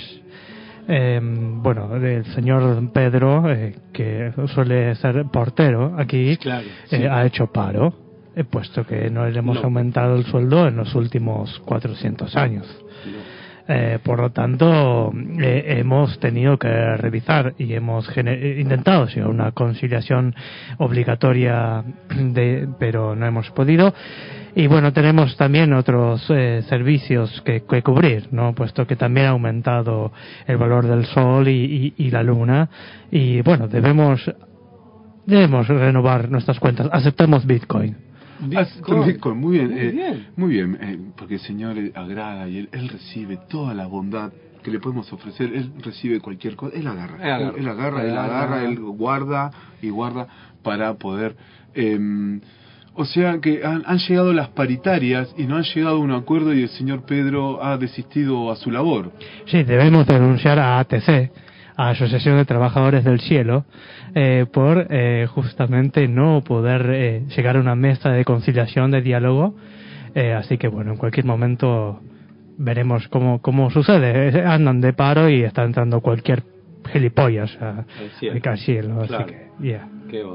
[SPEAKER 12] Eh, bueno, el señor Pedro, eh, que suele ser portero aquí,
[SPEAKER 5] Claro,
[SPEAKER 12] eh,
[SPEAKER 5] sí.
[SPEAKER 12] ha hecho paro, eh, puesto que no le hemos
[SPEAKER 5] No.
[SPEAKER 12] aumentado el sueldo en los últimos 400 años. Eh, por lo tanto, eh, hemos tenido que revisar y hemos gene- eh, intentado sí, una conciliación obligatoria, de, pero no hemos podido. Y bueno, tenemos también otros eh, servicios que, que cubrir, ¿no? puesto que también ha aumentado el valor del sol y, y- y la luna. Y bueno, debemos, debemos renovar nuestras cuentas. Aceptamos Bitcoin.
[SPEAKER 11] Bitcoin. Bitcoin, Ah, muy bien.
[SPEAKER 12] Muy
[SPEAKER 11] eh,
[SPEAKER 12] bien.
[SPEAKER 11] muy bien, eh, porque el Señor eh, agrada y él, Él recibe toda la bondad que le podemos ofrecer. Él recibe cualquier cosa. Él agarra.
[SPEAKER 5] Él agarra.
[SPEAKER 11] Él, él agarra, él agarra, él guarda y guarda para poder... em, o sea que han, han llegado las paritarias y no han llegado a un acuerdo y el señor Pedro ha desistido a su labor.
[SPEAKER 12] Sí, debemos denunciar a ATC, a Asociación de Trabajadores del Cielo, eh, por eh, justamente no poder eh, llegar a una mesa de conciliación, de diálogo. Eh, así que bueno, en cualquier momento veremos cómo, cómo sucede. Eh, Andan de paro y está entrando cualquier gilipollas
[SPEAKER 11] Al
[SPEAKER 12] a-
[SPEAKER 11] cielo.
[SPEAKER 12] al cielo.
[SPEAKER 11] Claro.
[SPEAKER 12] Así que, yeah.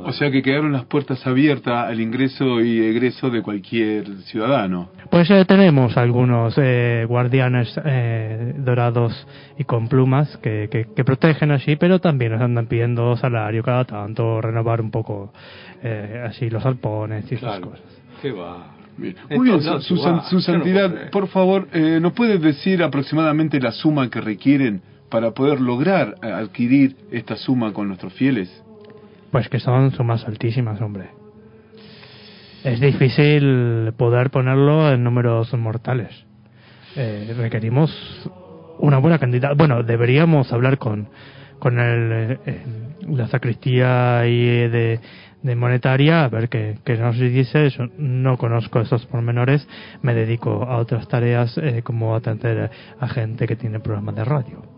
[SPEAKER 11] O sea que quedaron las puertas abiertas al ingreso y egreso de cualquier ciudadano.
[SPEAKER 12] Pues eh, tenemos algunos eh, guardianes eh, dorados y con plumas que, que- que protegen allí, pero también nos andan pidiendo salario cada tanto, renovar un poco eh, así los arpones y esas cosas.
[SPEAKER 5] Qué va.
[SPEAKER 11] Bien.
[SPEAKER 5] En
[SPEAKER 11] Muy bien,
[SPEAKER 5] todos lados
[SPEAKER 11] su, su
[SPEAKER 5] igual,
[SPEAKER 11] san- su
[SPEAKER 5] yo no
[SPEAKER 11] santidad,
[SPEAKER 5] puedo creer.
[SPEAKER 11] por favor, eh, ¿nos puedes decir aproximadamente la suma que requieren para poder lograr eh, adquirir esta suma con nuestros fieles?
[SPEAKER 12] Pues que son sumas altísimas, hombre. Es difícil poder ponerlo en números mortales. Eh, requerimos una buena cantidad. Bueno, deberíamos hablar con, con el, eh, eh, la sacristía y eh, de, de monetaria a ver qué, qué nos dice. Yo no conozco esos pormenores. Me dedico a otras tareas eh, como atender a gente que tiene programas de radio.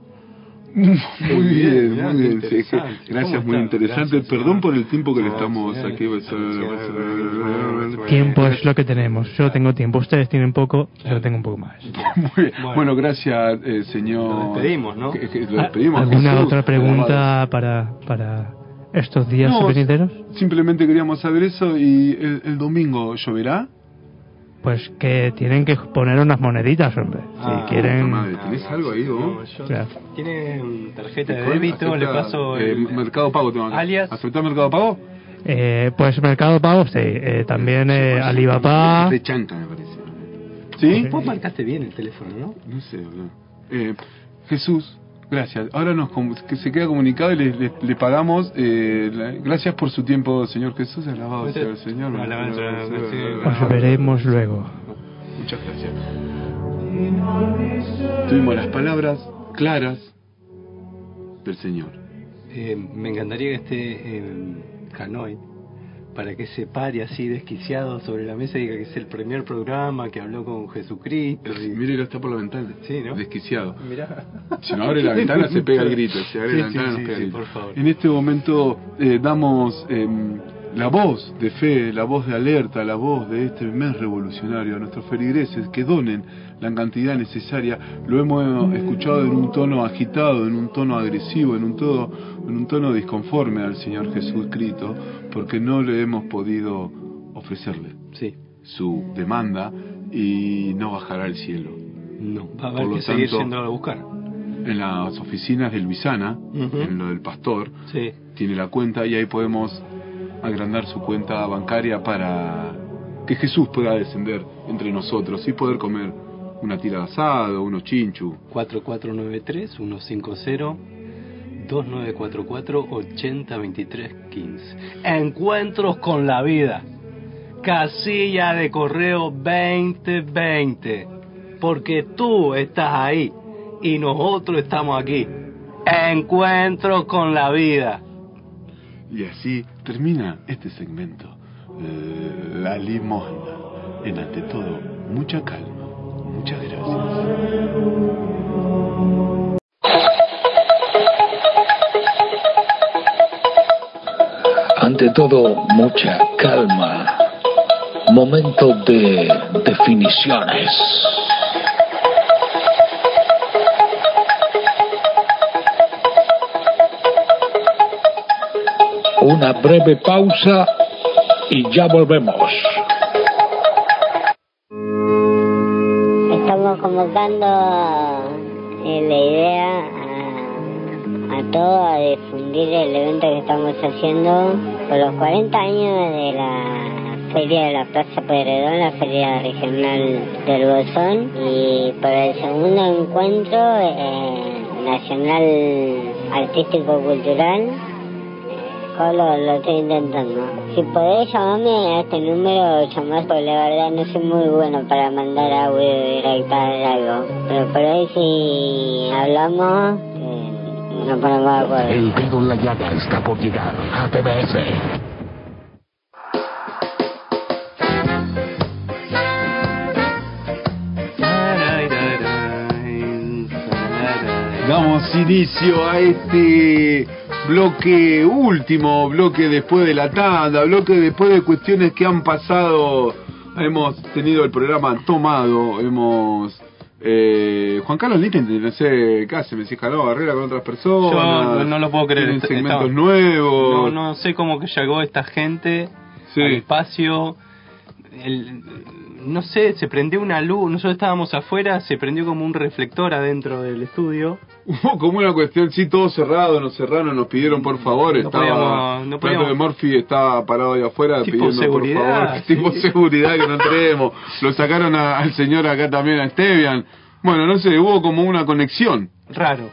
[SPEAKER 4] Muy bien, muy bien. sí, es que- gracias, muy
[SPEAKER 2] están?
[SPEAKER 4] interesante. Perdón por el tiempo que le
[SPEAKER 2] No,
[SPEAKER 4] estamos
[SPEAKER 2] bien,
[SPEAKER 4] aquí. eh, Pues
[SPEAKER 12] Tiempo es lo que tenemos. Yo tengo tiempo. Ustedes tienen poco, yo tengo un poco más.
[SPEAKER 4] Muy bien. Bueno, gracias, eh, señor.
[SPEAKER 5] Lo despedimos, ¿no?
[SPEAKER 4] Que- que Lo despedimos.
[SPEAKER 12] ¿Alguna
[SPEAKER 4] Jesús.
[SPEAKER 12] otra pregunta para, para estos días
[SPEAKER 4] No,
[SPEAKER 12] supercinteros?
[SPEAKER 4] Simplemente queríamos saber eso y el, el domingo lloverá.
[SPEAKER 12] Pues que tienen que poner unas moneditas, hombre. Si
[SPEAKER 5] Ah,
[SPEAKER 12] quieren.
[SPEAKER 4] ¿Tenés algo ahí vos?
[SPEAKER 12] Claro.
[SPEAKER 5] Tiene mm, tarjeta de
[SPEAKER 4] Bitcoin,
[SPEAKER 5] débito, le
[SPEAKER 4] acepta,
[SPEAKER 5] paso
[SPEAKER 4] eh,
[SPEAKER 5] el...
[SPEAKER 4] Mercado Pago tengo acá.
[SPEAKER 5] Alias.
[SPEAKER 4] ¿Aceptás Mercado Pago?
[SPEAKER 12] Eh, pues Mercado Pago, sí. Eh, también eh, Alibaba.
[SPEAKER 4] De Este chanca, me parece. ¿Sí?
[SPEAKER 5] Vos marcaste bien el teléfono, ¿no?
[SPEAKER 4] No sé, boludo. Eh, Jesús, gracias. Ahora nos com- que se queda comunicado y le, le- le pagamos. eh, la- gracias por su tiempo, Señor Jesús. Alabado sea el Señor.
[SPEAKER 5] Alabado sea el Señor.
[SPEAKER 12] Os veremos luego.
[SPEAKER 4] Muchas gracias. Tuvimos las palabras claras del Señor.
[SPEAKER 5] Eh, me encantaría que esté en Hanoi para que se pare así desquiciado sobre la mesa y diga que es el primer programa que habló con Jesucristo. y-
[SPEAKER 4] Mírelo, está por la ventana.
[SPEAKER 5] Sí, ¿no?
[SPEAKER 4] Desquiciado.
[SPEAKER 5] Mirá.
[SPEAKER 4] Si no abre la ventana se pega el grito. Si abre
[SPEAKER 5] Sí,
[SPEAKER 4] la ventana
[SPEAKER 5] sí,
[SPEAKER 4] nos
[SPEAKER 5] sí,
[SPEAKER 4] pega el
[SPEAKER 5] sí,
[SPEAKER 4] grito.
[SPEAKER 5] por favor.
[SPEAKER 4] En este momento eh, damos em, la voz de fe, la voz de alerta, la voz de este mes revolucionario a nuestros feligreses que donen la cantidad necesaria. Lo hemos escuchado en un tono agitado, en un tono agresivo, en un todo, en un tono disconforme al Señor Jesucristo, porque no le hemos podido ofrecerle
[SPEAKER 5] Sí,
[SPEAKER 4] su demanda y no bajará al cielo.
[SPEAKER 5] no. Va a
[SPEAKER 4] Por
[SPEAKER 5] haber
[SPEAKER 4] lo
[SPEAKER 5] que seguir
[SPEAKER 4] tanto-
[SPEAKER 5] yendo a buscar.
[SPEAKER 4] En las oficinas de Luisana,
[SPEAKER 5] Ujú.
[SPEAKER 4] en lo del pastor,
[SPEAKER 5] Sí.
[SPEAKER 4] tiene la cuenta y ahí podemos agrandar su cuenta bancaria para que Jesús pueda descender entre nosotros y poder comer una tira de asado, unos chinchu.
[SPEAKER 5] 4493-150-2944-802315. Encuentros con la vida. Casilla de correo 2020. Porque tú estás ahí y nosotros estamos aquí. Encuentros con la vida.
[SPEAKER 4] Y así termina este segmento. eh, La limosna. En ante todo, mucha calma. Muchas gracias.
[SPEAKER 3] Ante todo, mucha calma. Momento de definiciones. Una breve pausa y ya volvemos.
[SPEAKER 10] Estamos convocando eh, la idea a, a todos a difundir el evento que estamos haciendo por los 40 años de la Feria de la Plaza Pedredón, la Feria Regional del Bolsón, y por el segundo encuentro eh, nacional artístico-cultural Yo lo, lo estoy intentando. Si podés llamarme a este número, llamás, porque la verdad no soy muy bueno para mandar audio y redactar algo. Pero por ahí si hablamos, eh, nos ponemos de acuerdo.
[SPEAKER 7] El dedo en la llaga está por llegar a TBS.
[SPEAKER 4] Damos inicio a este bloque último, bloque después de la tanda, bloque después de cuestiones que han pasado. Hemos tenido el programa tomado, hemos... eh, Juan Carlos Litten, no sé, casi me decía Carlos Barrera con otras personas.
[SPEAKER 5] Yo no- no lo puedo creer,
[SPEAKER 4] Tienen
[SPEAKER 5] est-
[SPEAKER 4] segmentos
[SPEAKER 5] estaba- No,
[SPEAKER 4] nuevos.
[SPEAKER 5] no sé cómo que llegó esta gente
[SPEAKER 4] Sí.
[SPEAKER 5] al espacio. El- no sé, se prendió una luz. Nosotros estábamos afuera, se prendió como un reflector adentro del estudio.
[SPEAKER 4] Hubo como una cuestión, sí, todo cerrado, nos cerraron, nos pidieron por favor,
[SPEAKER 5] No
[SPEAKER 4] estaba...
[SPEAKER 5] podíamos- no
[SPEAKER 4] Flaco de
[SPEAKER 5] podíamos-
[SPEAKER 4] Murphy estaba parado ahí afuera
[SPEAKER 5] Tipo
[SPEAKER 4] pidiendo por
[SPEAKER 5] seguridad,
[SPEAKER 4] favor,
[SPEAKER 5] sí.
[SPEAKER 4] tipo seguridad que no entremos. Lo sacaron a- al señor acá también, a Esteban. Bueno, no sé, hubo como una conexión.
[SPEAKER 5] Raro,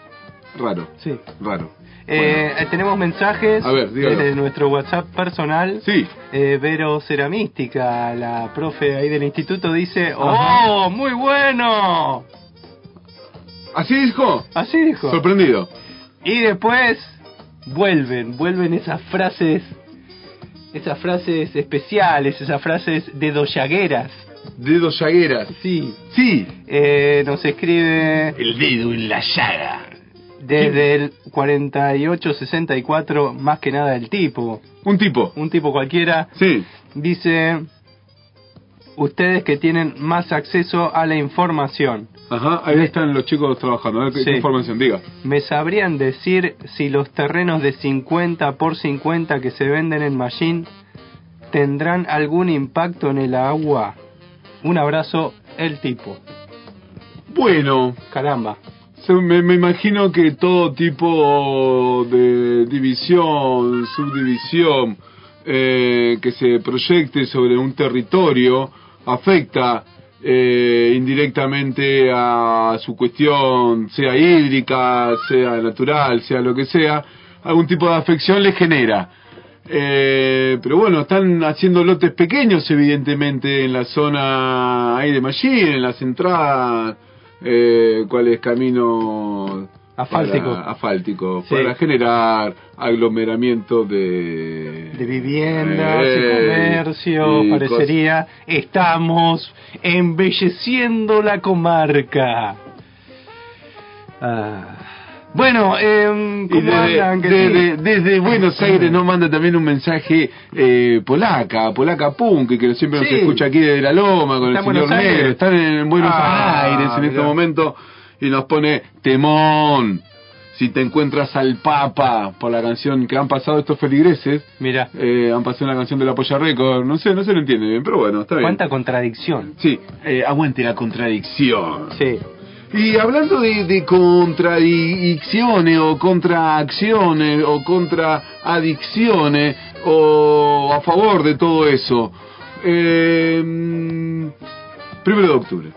[SPEAKER 4] Raro,
[SPEAKER 5] sí.
[SPEAKER 4] raro.
[SPEAKER 5] Eh, tenemos mensajes
[SPEAKER 4] A ver, dígalo.
[SPEAKER 5] desde nuestro WhatsApp personal.
[SPEAKER 4] Sí,
[SPEAKER 5] Eh, Vero Ceramística, la profe ahí del instituto, dice:
[SPEAKER 4] Ajá.
[SPEAKER 5] ¡Oh, muy bueno!
[SPEAKER 4] así dijo.
[SPEAKER 5] Así dijo.
[SPEAKER 4] Sorprendido.
[SPEAKER 5] Y después vuelven, vuelven esas frases, esas frases especiales, esas frases de doyagueras.
[SPEAKER 4] Dedo Yagueras.
[SPEAKER 5] Sí.
[SPEAKER 4] Sí,
[SPEAKER 5] Eh, nos escribe
[SPEAKER 1] El dedo en la llaga.
[SPEAKER 5] Desde el 48-64, más que nada el tipo.
[SPEAKER 4] Un tipo.
[SPEAKER 5] Un tipo cualquiera.
[SPEAKER 4] Sí.
[SPEAKER 5] Dice, ustedes que tienen más acceso a la información,
[SPEAKER 4] Ajá, ahí están los chicos trabajando. A ver qué, qué
[SPEAKER 5] Sí.
[SPEAKER 4] información diga.
[SPEAKER 5] ¿me sabrían decir si los terrenos de 50 por 50 que se venden en Machine tendrán algún impacto en el agua? Un abrazo, el tipo.
[SPEAKER 4] Bueno.
[SPEAKER 5] Caramba.
[SPEAKER 4] Se- me, me imagino que todo tipo de división, subdivisión, eh, que se proyecte sobre un territorio afecta eh, indirectamente a su cuestión, sea hídrica, sea natural, sea lo que sea, algún tipo de afección le genera. Eh, pero bueno, están haciendo lotes pequeños, evidentemente, en la zona ahí de Machine, en las entradas, eh, cuál es camino
[SPEAKER 5] Asfáltico.
[SPEAKER 4] para, asfáltico,
[SPEAKER 5] Sí.
[SPEAKER 4] para generar aglomeramiento de,
[SPEAKER 5] de viviendas,
[SPEAKER 4] Eh,
[SPEAKER 5] de comercio,
[SPEAKER 4] y
[SPEAKER 5] parecería. Estamos embelleciendo la comarca. Ah. Bueno, em,
[SPEAKER 4] Y
[SPEAKER 5] ¿cómo
[SPEAKER 4] desde,
[SPEAKER 5] andan? Que
[SPEAKER 4] desde-
[SPEAKER 5] sí.
[SPEAKER 4] desde Buenos Aires nos manda también un mensaje eh, polaca, polaca punk, que siempre
[SPEAKER 5] Sí.
[SPEAKER 4] nos escucha aquí desde la loma con el
[SPEAKER 5] ¿Está en
[SPEAKER 4] señor
[SPEAKER 5] Buenos Aires?
[SPEAKER 4] negro. Están en Buenos
[SPEAKER 5] Ah,
[SPEAKER 4] Aires en este
[SPEAKER 5] mirá.
[SPEAKER 4] momento y nos pone temón. Si te encuentras al Papa por la canción que han pasado estos feligreses,
[SPEAKER 5] Mira,
[SPEAKER 4] eh, han pasado una canción de la Polla Record, no sé, no se lo entiende bien, pero bueno, está bien.
[SPEAKER 5] cuánta contradicción.
[SPEAKER 4] Sí, eh, aguante la contradicción.
[SPEAKER 5] Sí.
[SPEAKER 4] Y hablando de, de contradicciones o contraacciones o contraadicciones o a favor de todo eso, eh, primero de octubre,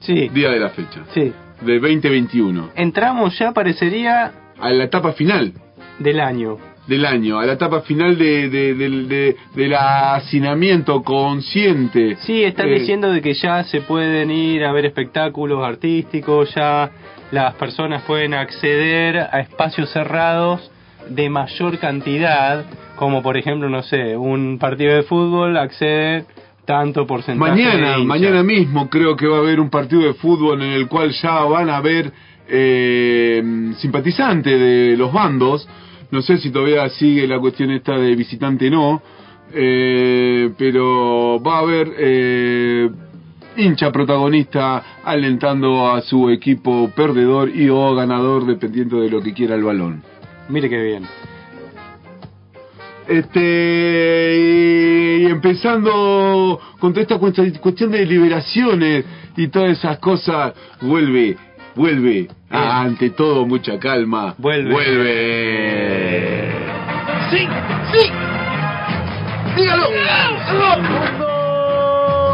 [SPEAKER 5] Sí,
[SPEAKER 4] día de la fecha,
[SPEAKER 5] sí.
[SPEAKER 4] de 2021,
[SPEAKER 5] Entramos ya, parecería,
[SPEAKER 4] a la etapa final
[SPEAKER 5] del año.
[SPEAKER 4] del año, a la etapa final de, de- del- de- del hacinamiento consciente.
[SPEAKER 5] Sí, están
[SPEAKER 4] Eh,
[SPEAKER 5] diciendo de que ya se pueden ir a ver espectáculos artísticos, ya las personas pueden acceder a espacios cerrados de mayor cantidad, como por ejemplo, no sé, un partido de fútbol accede tanto porcentaje. de
[SPEAKER 4] Mañana,
[SPEAKER 5] hinchas.
[SPEAKER 4] mañana mismo creo que va a haber un partido de fútbol en el cual ya van a haber eh, simpatizantes de los bandos. No sé si todavía sigue la cuestión esta de visitante no, eh, pero va a haber eh, hincha protagonista alentando a su equipo perdedor y o ganador dependiendo de lo que quiera el balón.
[SPEAKER 5] Mire qué bien.
[SPEAKER 4] Este y empezando con toda esta cuest- cuestión de liberaciones y todas esas cosas, vuelve,
[SPEAKER 8] Eh.
[SPEAKER 4] vuelve, Ah, ante todo mucha calma,
[SPEAKER 5] Vuelve.
[SPEAKER 4] vuelve.
[SPEAKER 8] Sí, sí. Dígalo.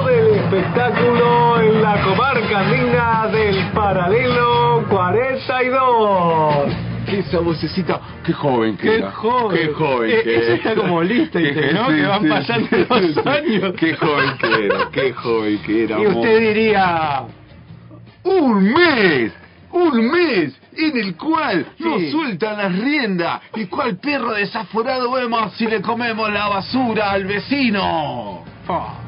[SPEAKER 5] del espectáculo en la comarca andina del paralelo 42.
[SPEAKER 4] Esa vocecita, qué joven que
[SPEAKER 5] Qué
[SPEAKER 4] era.
[SPEAKER 5] joven.
[SPEAKER 4] Qué joven
[SPEAKER 5] Eh,
[SPEAKER 4] que
[SPEAKER 5] eso está como lista, ¿viste, no? Que van pasando los años.
[SPEAKER 4] Qué joven que era, qué joven que era.
[SPEAKER 5] Y
[SPEAKER 4] amor.
[SPEAKER 5] usted diría,
[SPEAKER 4] un mes, un mes en el cual
[SPEAKER 5] Sí.
[SPEAKER 4] nos sueltan las riendas y cual perro desaforado vemos si le comemos la basura al vecino.
[SPEAKER 5] "Fa".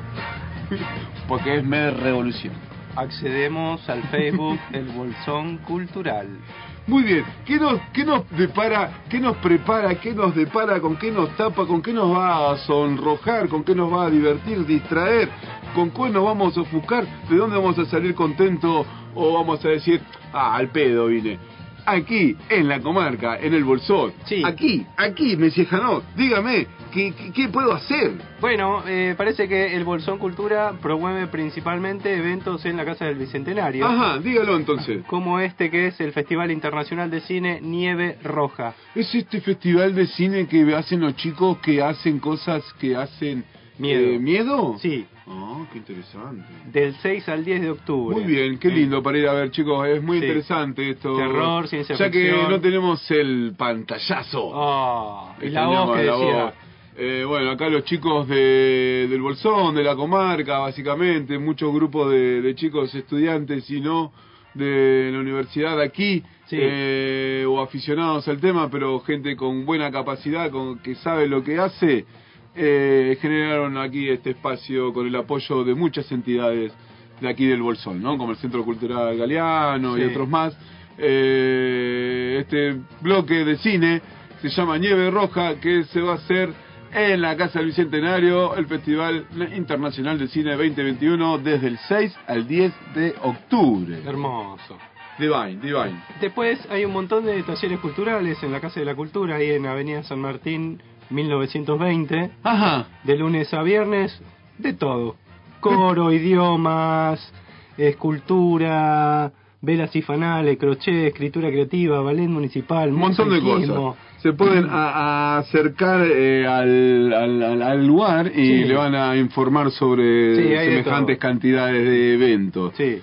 [SPEAKER 4] Porque es medio revolución.
[SPEAKER 5] accedemos al Facebook El Bolsón Cultural.
[SPEAKER 4] Muy bien, ¿qué nos, qué nos depara, qué nos prepara, qué nos depara, con qué nos tapa, con qué nos va a sonrojar, con qué nos va a divertir, distraer, con cuál nos vamos a ofuscar, de dónde vamos a salir contento o vamos a decir, ah, al pedo vine? Aquí, en la comarca, en el Bolsón,
[SPEAKER 5] Sí.
[SPEAKER 4] aquí, aquí, Messiejanó, dígame, ¿qué, qué, qué puedo hacer?
[SPEAKER 5] Bueno, eh, parece que el Bolsón Cultura promueve principalmente eventos en la Casa del Bicentenario,
[SPEAKER 4] Ajá, dígalo entonces.
[SPEAKER 5] como este que es el Festival Internacional de Cine Nieve Roja.
[SPEAKER 4] Es este festival de cine que hacen los chicos que hacen cosas que hacen...
[SPEAKER 5] Miedo.
[SPEAKER 4] eh, ¿Miedo?
[SPEAKER 5] Sí,
[SPEAKER 4] Ah, qué interesante.
[SPEAKER 5] del 6 al 10 de octubre. Eh,
[SPEAKER 4] Muy bien, qué
[SPEAKER 5] Sí.
[SPEAKER 4] lindo para ir a ver, chicos. Es muy
[SPEAKER 5] Sí.
[SPEAKER 4] interesante esto.
[SPEAKER 5] Terror, ciencia
[SPEAKER 4] Ya que
[SPEAKER 5] ficción.
[SPEAKER 4] no tenemos el pantallazo.
[SPEAKER 5] Ah, y
[SPEAKER 4] Este,
[SPEAKER 5] la voz que
[SPEAKER 4] la
[SPEAKER 5] decía.
[SPEAKER 4] voz. Eh, bueno, acá los chicos de, del Bolsón, de la comarca, básicamente, muchos grupos de, de chicos estudiantes y no de la universidad de aquí,
[SPEAKER 5] Sí.
[SPEAKER 4] eh, o aficionados al tema, pero gente con buena capacidad, con que sabe lo que hace, eh, generaron aquí este espacio con el apoyo de muchas entidades de aquí del Bolsón, ¿no? Como el Centro Cultural Galeano y
[SPEAKER 5] Sí.
[SPEAKER 4] otros más, eh, este bloque de cine, se llama Nieve Roja, que se va a hacer en la Casa del Bicentenario, el Festival Internacional de Cine 2021, desde el 6 al 10 de octubre.
[SPEAKER 5] Hermoso.
[SPEAKER 4] Divine, divine.
[SPEAKER 5] Después hay un montón de talleres culturales en la Casa de la Cultura, ahí en Avenida San Martín, 1920.
[SPEAKER 4] Ajá.
[SPEAKER 5] De lunes a viernes, de todo. Coro, idiomas, escultura, velas y fanales, crochet, escritura creativa, ballet municipal,
[SPEAKER 4] Un montón de
[SPEAKER 5] mosaicismo.
[SPEAKER 4] cosas. Se pueden a- a acercar eh, al, al- al- al lugar y
[SPEAKER 5] Sí.
[SPEAKER 4] le van a informar sobre
[SPEAKER 5] Sí, hay de
[SPEAKER 4] semejantes cantidades de eventos.
[SPEAKER 5] Sí.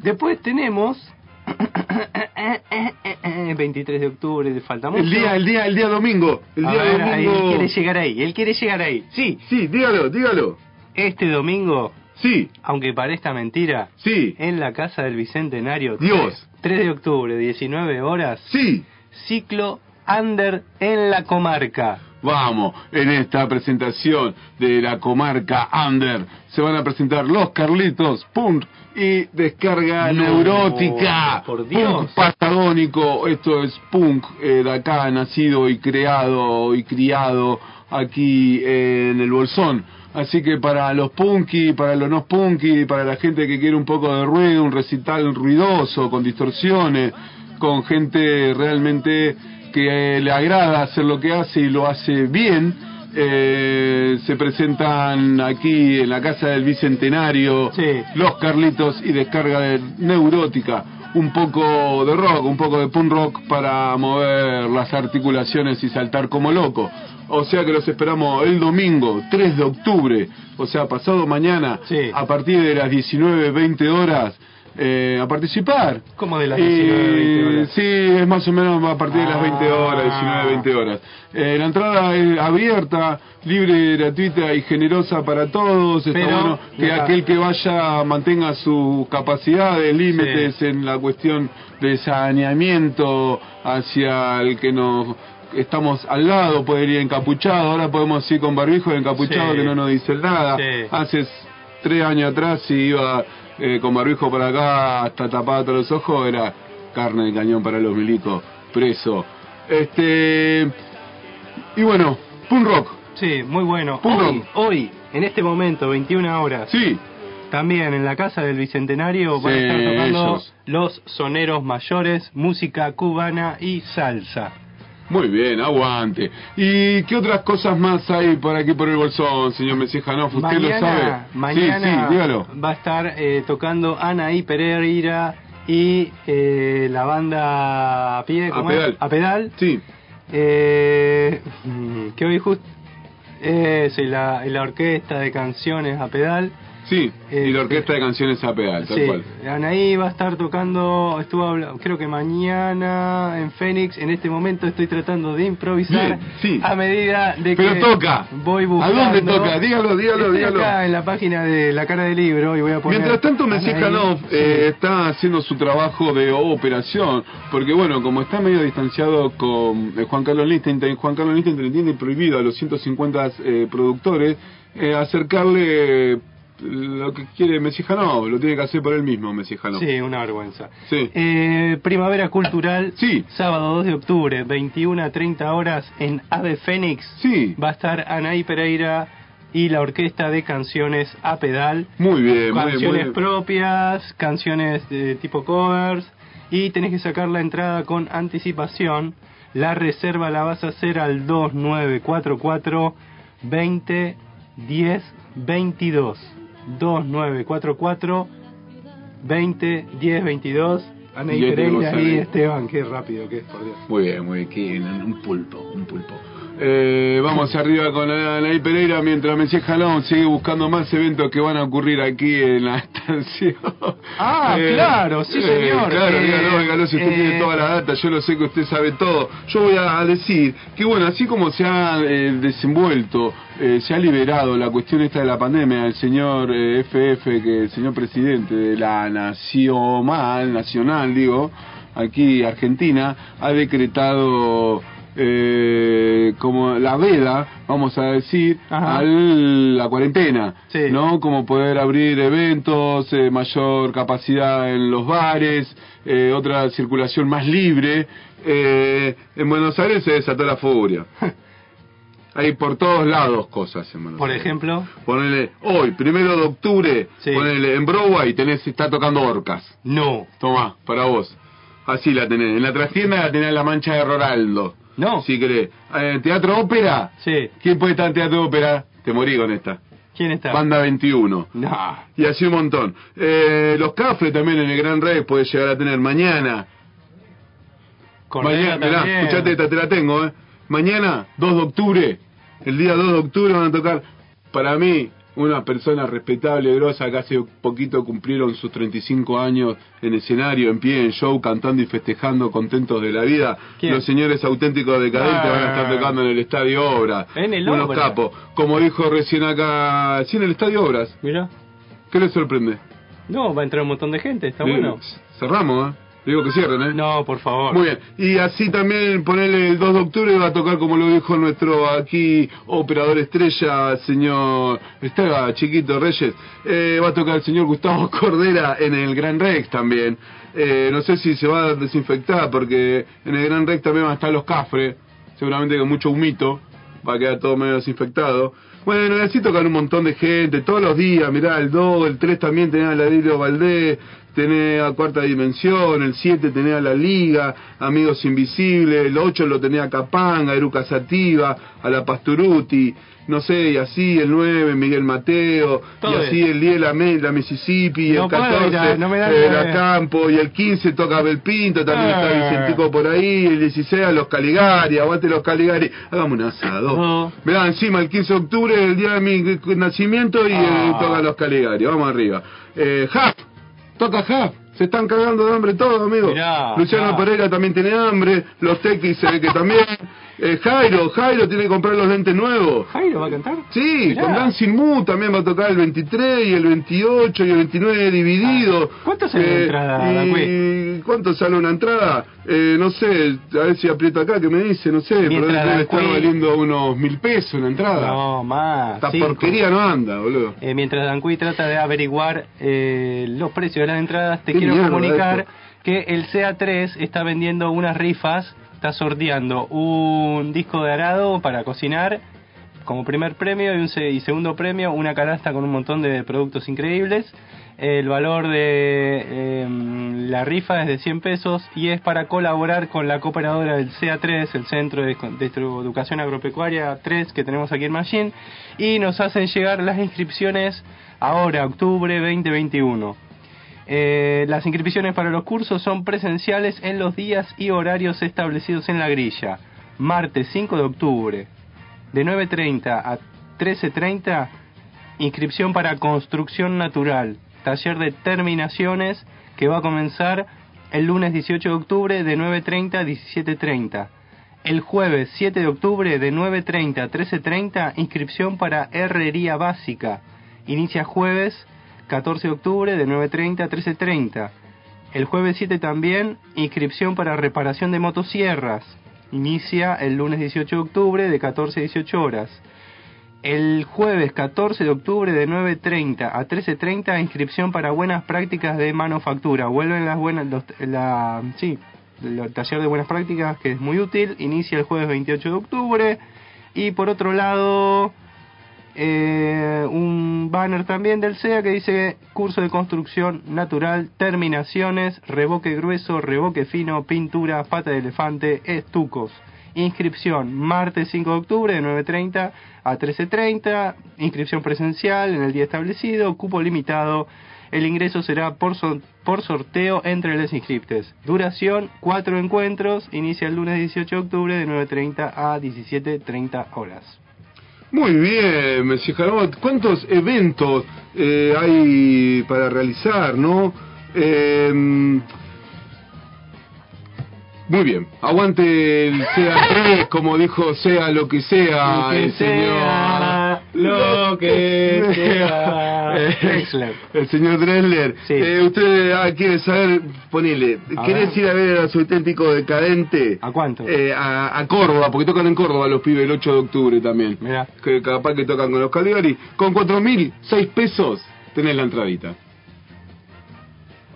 [SPEAKER 5] Después tenemos 23 de octubre, falta mucho.
[SPEAKER 4] El día, el día, el día domingo. El
[SPEAKER 5] A
[SPEAKER 4] día
[SPEAKER 5] ver, ahí,
[SPEAKER 4] domingo.
[SPEAKER 5] Él quiere llegar ahí, él quiere llegar ahí. Sí,
[SPEAKER 4] sí, dígalo, dígalo.
[SPEAKER 5] Este domingo,
[SPEAKER 4] sí,
[SPEAKER 5] aunque parezca mentira,
[SPEAKER 4] sí,
[SPEAKER 5] en la casa del Bicentenario,
[SPEAKER 4] Dios.
[SPEAKER 5] 3 de octubre, 19 horas,
[SPEAKER 4] sí,
[SPEAKER 5] ciclo Under en la comarca.
[SPEAKER 4] Vamos, en esta presentación de la comarca Under se van a presentar los Carlitos, Punk y Descarga
[SPEAKER 5] No,
[SPEAKER 4] Neurótica.
[SPEAKER 5] por Dios.
[SPEAKER 4] Punk patagónico, esto es Punk, eh, de acá nacido y creado y criado aquí eh, en el Bolsón. Así que para los punky, para los no punky, para la gente que quiere un poco de ruido, un recital ruidoso, con distorsiones, con gente realmente que le agrada hacer lo que hace y lo hace bien. Eh, se presentan aquí en la Casa del Bicentenario Los Carlitos y Descarga de Neurótica. Un poco de rock, un poco de punk rock para mover las articulaciones y saltar como loco. O sea que los esperamos el domingo 3 de octubre, o sea, pasado mañana, a partir de las 19-20 horas, eh, a participar.
[SPEAKER 5] Como de las
[SPEAKER 4] Eh,
[SPEAKER 5] 19 horas. Ah.
[SPEAKER 4] Sí, es más o menos a partir de las 20 horas, 19, 20 horas. Eh, la entrada es abierta, libre, gratuita y generosa para todos. Está
[SPEAKER 5] Pero,
[SPEAKER 4] bueno que
[SPEAKER 5] mira.
[SPEAKER 4] aquel que vaya mantenga sus capacidades, límites en la cuestión de saneamiento hacia el que nos estamos al lado, poder ir encapuchado, ahora podemos ir con barbijo y encapuchado
[SPEAKER 5] Sí.
[SPEAKER 4] que no nos dice nada.
[SPEAKER 5] Sí.
[SPEAKER 4] Hace tres años atrás si iba eh, con barbijo para acá hasta tapado hasta los ojos era carne de cañón para los milicos preso este y bueno punk rock
[SPEAKER 5] Sí, muy bueno.
[SPEAKER 4] Pum,
[SPEAKER 5] Hoy, hoy, en este momento, 21 horas.
[SPEAKER 4] Sí.
[SPEAKER 5] También en la casa del Bicentenario van a
[SPEAKER 4] Sí,
[SPEAKER 5] estar tocando
[SPEAKER 4] ellos.
[SPEAKER 5] los soneros mayores, música cubana y salsa.
[SPEAKER 4] muy bien aguante y qué otras cosas más hay por aquí por el bolsón señor Messijanov usted lo sabe
[SPEAKER 5] Mañana, mañana
[SPEAKER 4] sí sí dígalo
[SPEAKER 5] va a estar eh, tocando Anaí Pereira y eh, la banda a pie,
[SPEAKER 4] A
[SPEAKER 5] ¿cómo es?
[SPEAKER 4] pedal.
[SPEAKER 5] A pedal.
[SPEAKER 4] Sí.
[SPEAKER 5] Eh, mm, que hoy justo es la, la orquesta de canciones a pedal.
[SPEAKER 4] sí y la orquesta de canciones a pedal tal
[SPEAKER 5] Este. Sí,
[SPEAKER 4] cual
[SPEAKER 5] Anaí va a estar tocando, estuvo habla- creo que mañana en Fénix. En este momento estoy tratando de improvisar
[SPEAKER 4] Bien, sí.
[SPEAKER 5] a medida de
[SPEAKER 4] Pero
[SPEAKER 5] que
[SPEAKER 4] toca.
[SPEAKER 5] voy buscando.
[SPEAKER 4] ¿A dónde toca? Dígalo, dígalo,
[SPEAKER 5] Estoy
[SPEAKER 4] dígalo.
[SPEAKER 5] acá en la página de La Cara del Libro y voy a poner.
[SPEAKER 4] Mientras tanto, Messier
[SPEAKER 5] Anaí.
[SPEAKER 4] Janov eh, está haciendo su trabajo de operación, porque bueno, como está medio distanciado con eh, Juan Carlos Lichtenstein, Juan Carlos Lichtenstein tiene prohibido a los 150 eh, productores eh, acercarle eh, lo que quiere Messier Janov, lo tiene que hacer por él mismo, Messier Janov.
[SPEAKER 5] Sí, una vergüenza.
[SPEAKER 4] Sí.
[SPEAKER 5] Eh, Primavera Cultural, sábado 2 de octubre, 21 a 30 horas en Ave Fénix. Va a estar Anaí Pereira y la orquesta de canciones a pedal.
[SPEAKER 4] Muy bien, Eh, muy bien,
[SPEAKER 5] canciones
[SPEAKER 4] muy bien.
[SPEAKER 5] propias, canciones de tipo covers. Y tenés que sacar la entrada con anticipación. La reserva la vas a hacer al 2944 20 10 22. 2944 20 10 22. Anaí
[SPEAKER 4] Y ahí tenemos
[SPEAKER 5] Pereira
[SPEAKER 4] a
[SPEAKER 5] y
[SPEAKER 4] Anaí.
[SPEAKER 5] Esteban, qué rápido que es, por Dios.
[SPEAKER 4] Muy bien, muy bien, qué- un pulpo, un pulpo. Eh, vamos arriba con Anaí Pereira mientras Messier Jalón sigue buscando más eventos que van a ocurrir aquí en la estación.
[SPEAKER 5] Ah,
[SPEAKER 4] Eh,
[SPEAKER 5] claro, sí,
[SPEAKER 4] eh,
[SPEAKER 5] señor.
[SPEAKER 4] claro,
[SPEAKER 5] Eh,
[SPEAKER 4] dígalo, dígalo, si usted
[SPEAKER 5] eh,
[SPEAKER 4] tiene toda la data, yo lo sé que usted sabe todo. Yo voy a decir que, bueno, así como se ha eh, desenvuelto, eh, se ha liberado la cuestión esta de la pandemia, el señor eh, FF, que el señor presidente de la nacional, nacional, digo, aquí Argentina, ha decretado eh, como la veda, vamos a decir, a la cuarentena, ¿no? Como poder abrir eventos, eh, mayor capacidad en los bares, eh, otra circulación más libre. Eh, en Buenos Aires se desató la furia. Hay por todos lados cosas en Buenos
[SPEAKER 5] Por
[SPEAKER 4] Aires.
[SPEAKER 5] ejemplo,
[SPEAKER 4] Ponele, hoy, primero de octubre, ponele, en Broadway tenés, está tocando orcas.
[SPEAKER 5] No.
[SPEAKER 4] Tomá, para vos. Así la tenés. En la trastienda la tenés la mancha de Ronaldo. No. Si querés. Eh, teatro ópera.
[SPEAKER 5] Sí.
[SPEAKER 4] ¿Quién puede estar en teatro ópera? Te morí con esta.
[SPEAKER 5] ¿quién está?
[SPEAKER 4] Banda 21.
[SPEAKER 5] No.
[SPEAKER 4] Y así un montón. Eh, los Cafres también en el Gran Rey puede llegar a tener mañana.
[SPEAKER 5] Correa
[SPEAKER 4] mañana, mirá,
[SPEAKER 5] también.
[SPEAKER 4] escuchate esta, te la tengo, ¿eh? Mañana, 2 de octubre, el día 2 de octubre van a tocar, para mí, una persona respetable, grosa, que hace poquito cumplieron sus 35 años en escenario, en pie, en show, cantando y festejando, contentos de la vida.
[SPEAKER 5] ¿Quién? Ah.
[SPEAKER 4] Los señores auténticos decadentes van a estar tocando en el Estadio Obras.
[SPEAKER 5] En el
[SPEAKER 4] Unos
[SPEAKER 5] Obras.
[SPEAKER 4] capos. Como dijo recién acá, sí, en el Estadio Obras.
[SPEAKER 5] Mira.
[SPEAKER 4] ¿Qué les sorprende?
[SPEAKER 5] No, va a entrar un montón de gente, está
[SPEAKER 4] Sí.
[SPEAKER 5] bueno.
[SPEAKER 4] Cerramos, ¿eh? Digo que cierren, ¿eh?
[SPEAKER 5] No, por favor.
[SPEAKER 4] Muy bien. Y así también ponerle el 2 de octubre va a tocar, como lo dijo nuestro aquí operador estrella, señor Esteba Chiquito Reyes, eh, va a tocar el señor Gustavo Cordera en el Gran Rex también. Eh, no sé si se va a desinfectar porque en el Gran Rex también van a estar los cafres, seguramente con mucho humito, va a quedar todo medio desinfectado. Bueno, y así tocan un montón de gente, todos los días, mirá, el 2, el 3 también tenés a Ladrillo Valdés, tenés a Cuarta Dimensión, el 7 tenés a La Liga, Amigos Invisibles, el 8 lo tenés a Capanga, a Eruca Sativa, a La Pasturuti, no sé, y así el 9, Miguel Mateo,
[SPEAKER 5] Todo
[SPEAKER 4] y así el 10, la, Me- la Mississippi, y
[SPEAKER 5] No
[SPEAKER 4] el
[SPEAKER 5] puedo,
[SPEAKER 4] 14,
[SPEAKER 5] ya, no me da
[SPEAKER 4] eh,
[SPEAKER 5] la-
[SPEAKER 4] la Campo, y el 15 toca Belpinto, también
[SPEAKER 5] Ah.
[SPEAKER 4] está Vicentico por ahí, el 16 a los Caligari, aguante los Caligari, hagamos un asado. Mirá, encima el 15 de octubre el día de mi nacimiento y eh,
[SPEAKER 5] Ah.
[SPEAKER 4] toca los Caligari, vamos arriba. Eh, Huff, toca Huff. Se están cagando de hambre todos, amigos.
[SPEAKER 5] Mirá,
[SPEAKER 4] Luciano
[SPEAKER 5] mirá.
[SPEAKER 4] Pereira también tiene hambre. Los Tequis se ve que también. Eh, Jairo, Jairo tiene que comprar los lentes nuevos.
[SPEAKER 5] ¿Jairo va a cantar?
[SPEAKER 4] Sí,
[SPEAKER 5] Mirá.
[SPEAKER 4] con Dancing Moon también va a tocar el 23 y el 28 y el 29 dividido.
[SPEAKER 5] Ah,
[SPEAKER 4] Eh,
[SPEAKER 5] ¿Cuánto sale la entrada,
[SPEAKER 4] y ¿Cuánto sale una entrada? Eh, no sé, a ver si aprieto acá que me dice, no sé, pero
[SPEAKER 5] Mientras
[SPEAKER 4] debe estar
[SPEAKER 5] Danqui-
[SPEAKER 4] valiendo unos mil pesos la entrada.
[SPEAKER 5] No, más.
[SPEAKER 4] Esta
[SPEAKER 5] cinco.
[SPEAKER 4] porquería no anda, boludo.
[SPEAKER 5] Eh, mientras Dancuy trata de averiguar eh, los precios de las entradas, te
[SPEAKER 4] Qué
[SPEAKER 5] quiero
[SPEAKER 4] mierda
[SPEAKER 5] comunicar
[SPEAKER 4] esto.
[SPEAKER 5] que el CA3 está vendiendo unas rifas, está sorteando un disco de arado para cocinar como primer premio y, un se- y segundo premio una canasta con un montón de productos increíbles. El valor de em, la rifa es de 100 pesos y es para colaborar con la cooperadora del CA3, el Centro de Esco- de Estru- Educación Agropecuaria 3 que tenemos aquí en Machín, y nos hacen llegar las inscripciones ahora, octubre 2021. Eh, las inscripciones para los cursos son presenciales en los días y horarios establecidos en la grilla. Martes 5 de octubre, de 9.30 a 13.30, inscripción para construcción natural, taller de terminaciones que va a comenzar el lunes 18 de octubre de 9.30 a 17.30. El jueves 7 de octubre de 9.30 a 13.30, inscripción para herrería básica. Inicia jueves 14 de octubre de 9.30 a 13.30. El jueves 7 también, inscripción para reparación de motosierras. Inicia el lunes 18 de octubre de 14 a 18 horas. El jueves 14 de octubre de 9.30 a 13.30, inscripción para buenas prácticas de manufactura. Vuelven las buenas... los- la, sí, el taller de buenas prácticas que es muy útil. Inicia el jueves 28 de octubre. Y por otro lado, eh, un banner también del SEA que dice curso de construcción natural, terminaciones, reboque grueso, reboque fino, pintura, pata de elefante, estucos. Inscripción martes 5 de octubre de 9.30 a 13.30, inscripción presencial en el día establecido, cupo limitado, el ingreso será por, so- por sorteo entre los inscriptes. Duración 4 encuentros, inicia el lunes 18 de octubre de 9.30 a 17.30 horas.
[SPEAKER 4] Muy bien, Messi Jarabot. ¿Cuántos eventos eh, hay para realizar, no? Eh, muy bien. Aguante el sea 3, como dijo sea lo que sea,
[SPEAKER 5] Lo que
[SPEAKER 4] el señor.
[SPEAKER 5] sea. Lo que sea.
[SPEAKER 4] Drexler. El señor Drexler. Eh, usted ah, quiere saber, ponele,
[SPEAKER 5] A
[SPEAKER 4] ¿querés
[SPEAKER 5] ver.
[SPEAKER 4] ir a ver a su auténtico decadente? ¿A
[SPEAKER 5] cuánto?
[SPEAKER 4] a, a Córdoba, porque tocan en Córdoba los pibes el 8 de octubre también. Que capaz que tocan con los Caligari. Con 4.000, 6 pesos tenés la entradita.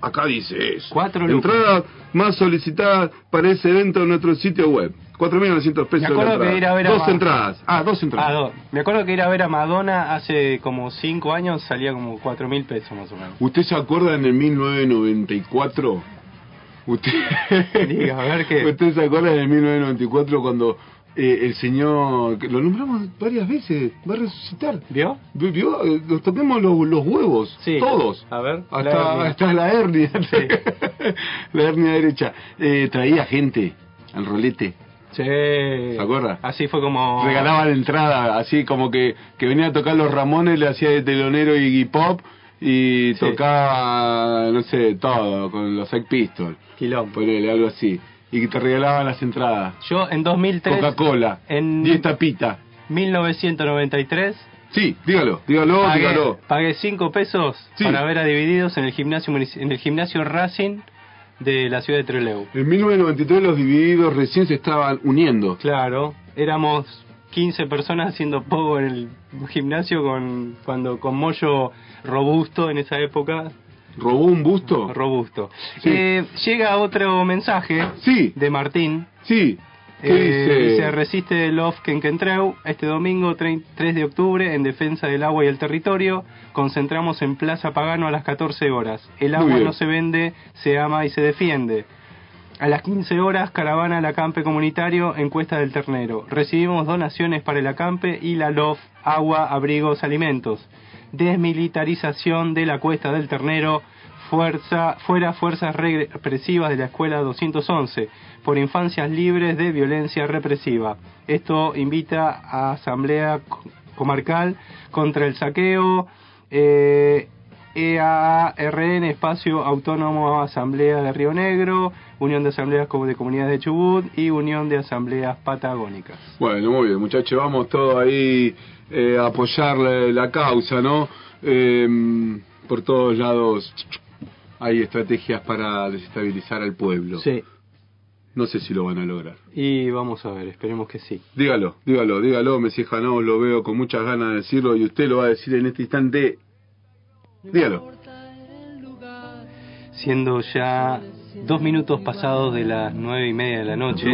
[SPEAKER 4] Acá dice eso.
[SPEAKER 5] Cuatro lucas.
[SPEAKER 4] Entrada más solicitada para ese evento en nuestro sitio web. 4.900 pesos.
[SPEAKER 5] Me
[SPEAKER 4] la
[SPEAKER 5] acuerdo
[SPEAKER 4] entrada.
[SPEAKER 5] que ir a ver a
[SPEAKER 4] Dos
[SPEAKER 5] Ma-
[SPEAKER 4] entradas. Ah, dos entradas.
[SPEAKER 5] Ah, dos. Me acuerdo que ir a ver a Madonna hace como 5 años salía como 4 mil pesos más o menos.
[SPEAKER 4] ¿Usted se acuerda en el 1994? ¿Usted,
[SPEAKER 5] Diga, a ver qué.
[SPEAKER 4] ¿Usted se acuerda en el 1994 cuando eh, el señor, que lo nombramos varias veces, va a resucitar?
[SPEAKER 5] ¿Vio?
[SPEAKER 4] Vi- ¿Vio? Eh, Nos toquemos los, los huevos, todos.
[SPEAKER 5] A ver.
[SPEAKER 4] Hasta
[SPEAKER 5] la
[SPEAKER 4] la
[SPEAKER 5] hernia.
[SPEAKER 4] hasta la hernia, la hernia derecha. Eh, traía gente al rolete.
[SPEAKER 5] Sí.
[SPEAKER 4] ¿Se acuerda?
[SPEAKER 5] Así fue como.
[SPEAKER 4] Regalaba la entrada, así como que, que venía a tocar los Ramones, le hacía de telonero y pop y tocaba, no sé, todo, con los Sex Pistols.
[SPEAKER 5] Quilombo.
[SPEAKER 4] Ponele, algo así. Y que te regalaban las entradas.
[SPEAKER 5] Yo en 2003.
[SPEAKER 4] Coca-Cola.
[SPEAKER 5] En
[SPEAKER 4] 10 tapitas.
[SPEAKER 5] 1993.
[SPEAKER 4] Sí, dígalo, dígalo,
[SPEAKER 5] pagué,
[SPEAKER 4] dígalo.
[SPEAKER 5] Pagué 5 pesos para ver a Divididos en el gimnasio munici- en el gimnasio Racing de la ciudad de Trelew.
[SPEAKER 4] En 1993 los divididos recién se estaban uniendo.
[SPEAKER 5] Claro, éramos 15 personas haciendo pogo en el gimnasio con cuando con Moyo robusto en esa época.
[SPEAKER 4] ¿Robó un busto?
[SPEAKER 5] Robusto. Eh, llega otro mensaje de Martín.
[SPEAKER 4] Sí. ¿Qué
[SPEAKER 5] Eh,
[SPEAKER 4] dice?
[SPEAKER 5] dice, resiste el off Kenkentreu este domingo trein- 3 de octubre en defensa del agua y el territorio. Concentramos en Plaza Pagano a las 14 horas. El
[SPEAKER 13] Muy
[SPEAKER 5] agua
[SPEAKER 13] bien.
[SPEAKER 5] no se vende, se ama y se defiende. A las 15 horas, caravana al acampe comunitario en Cuesta del Ternero. Recibimos donaciones para el acampe y la LOF, agua, abrigos, alimentos. Desmilitarización de la Cuesta del Ternero. Fuerza, fuera fuerzas represivas de la Escuela 211 por infancias libres de violencia represiva. Esto invita a asamblea co- comarcal contra el saqueo, eh, EARN, Espacio Autónomo Asamblea de Río Negro, Unión de Asambleas como de Comunidades de Chubut y Unión de Asambleas Patagónicas.
[SPEAKER 4] Bueno, muy bien, muchachos, vamos todos ahí eh, a apoyar la, la causa, ¿no? Eh, por todos lados hay estrategias para desestabilizar al pueblo.
[SPEAKER 5] Sí.
[SPEAKER 4] No sé si lo van a lograr.
[SPEAKER 5] Y vamos a ver, esperemos que sí.
[SPEAKER 4] Dígalo, dígalo, dígalo, Messi Janó, lo veo con muchas ganas de decirlo y usted lo va a decir en este instante. Dígalo.
[SPEAKER 5] Siendo ya dos minutos pasados de las nueve y media de la noche,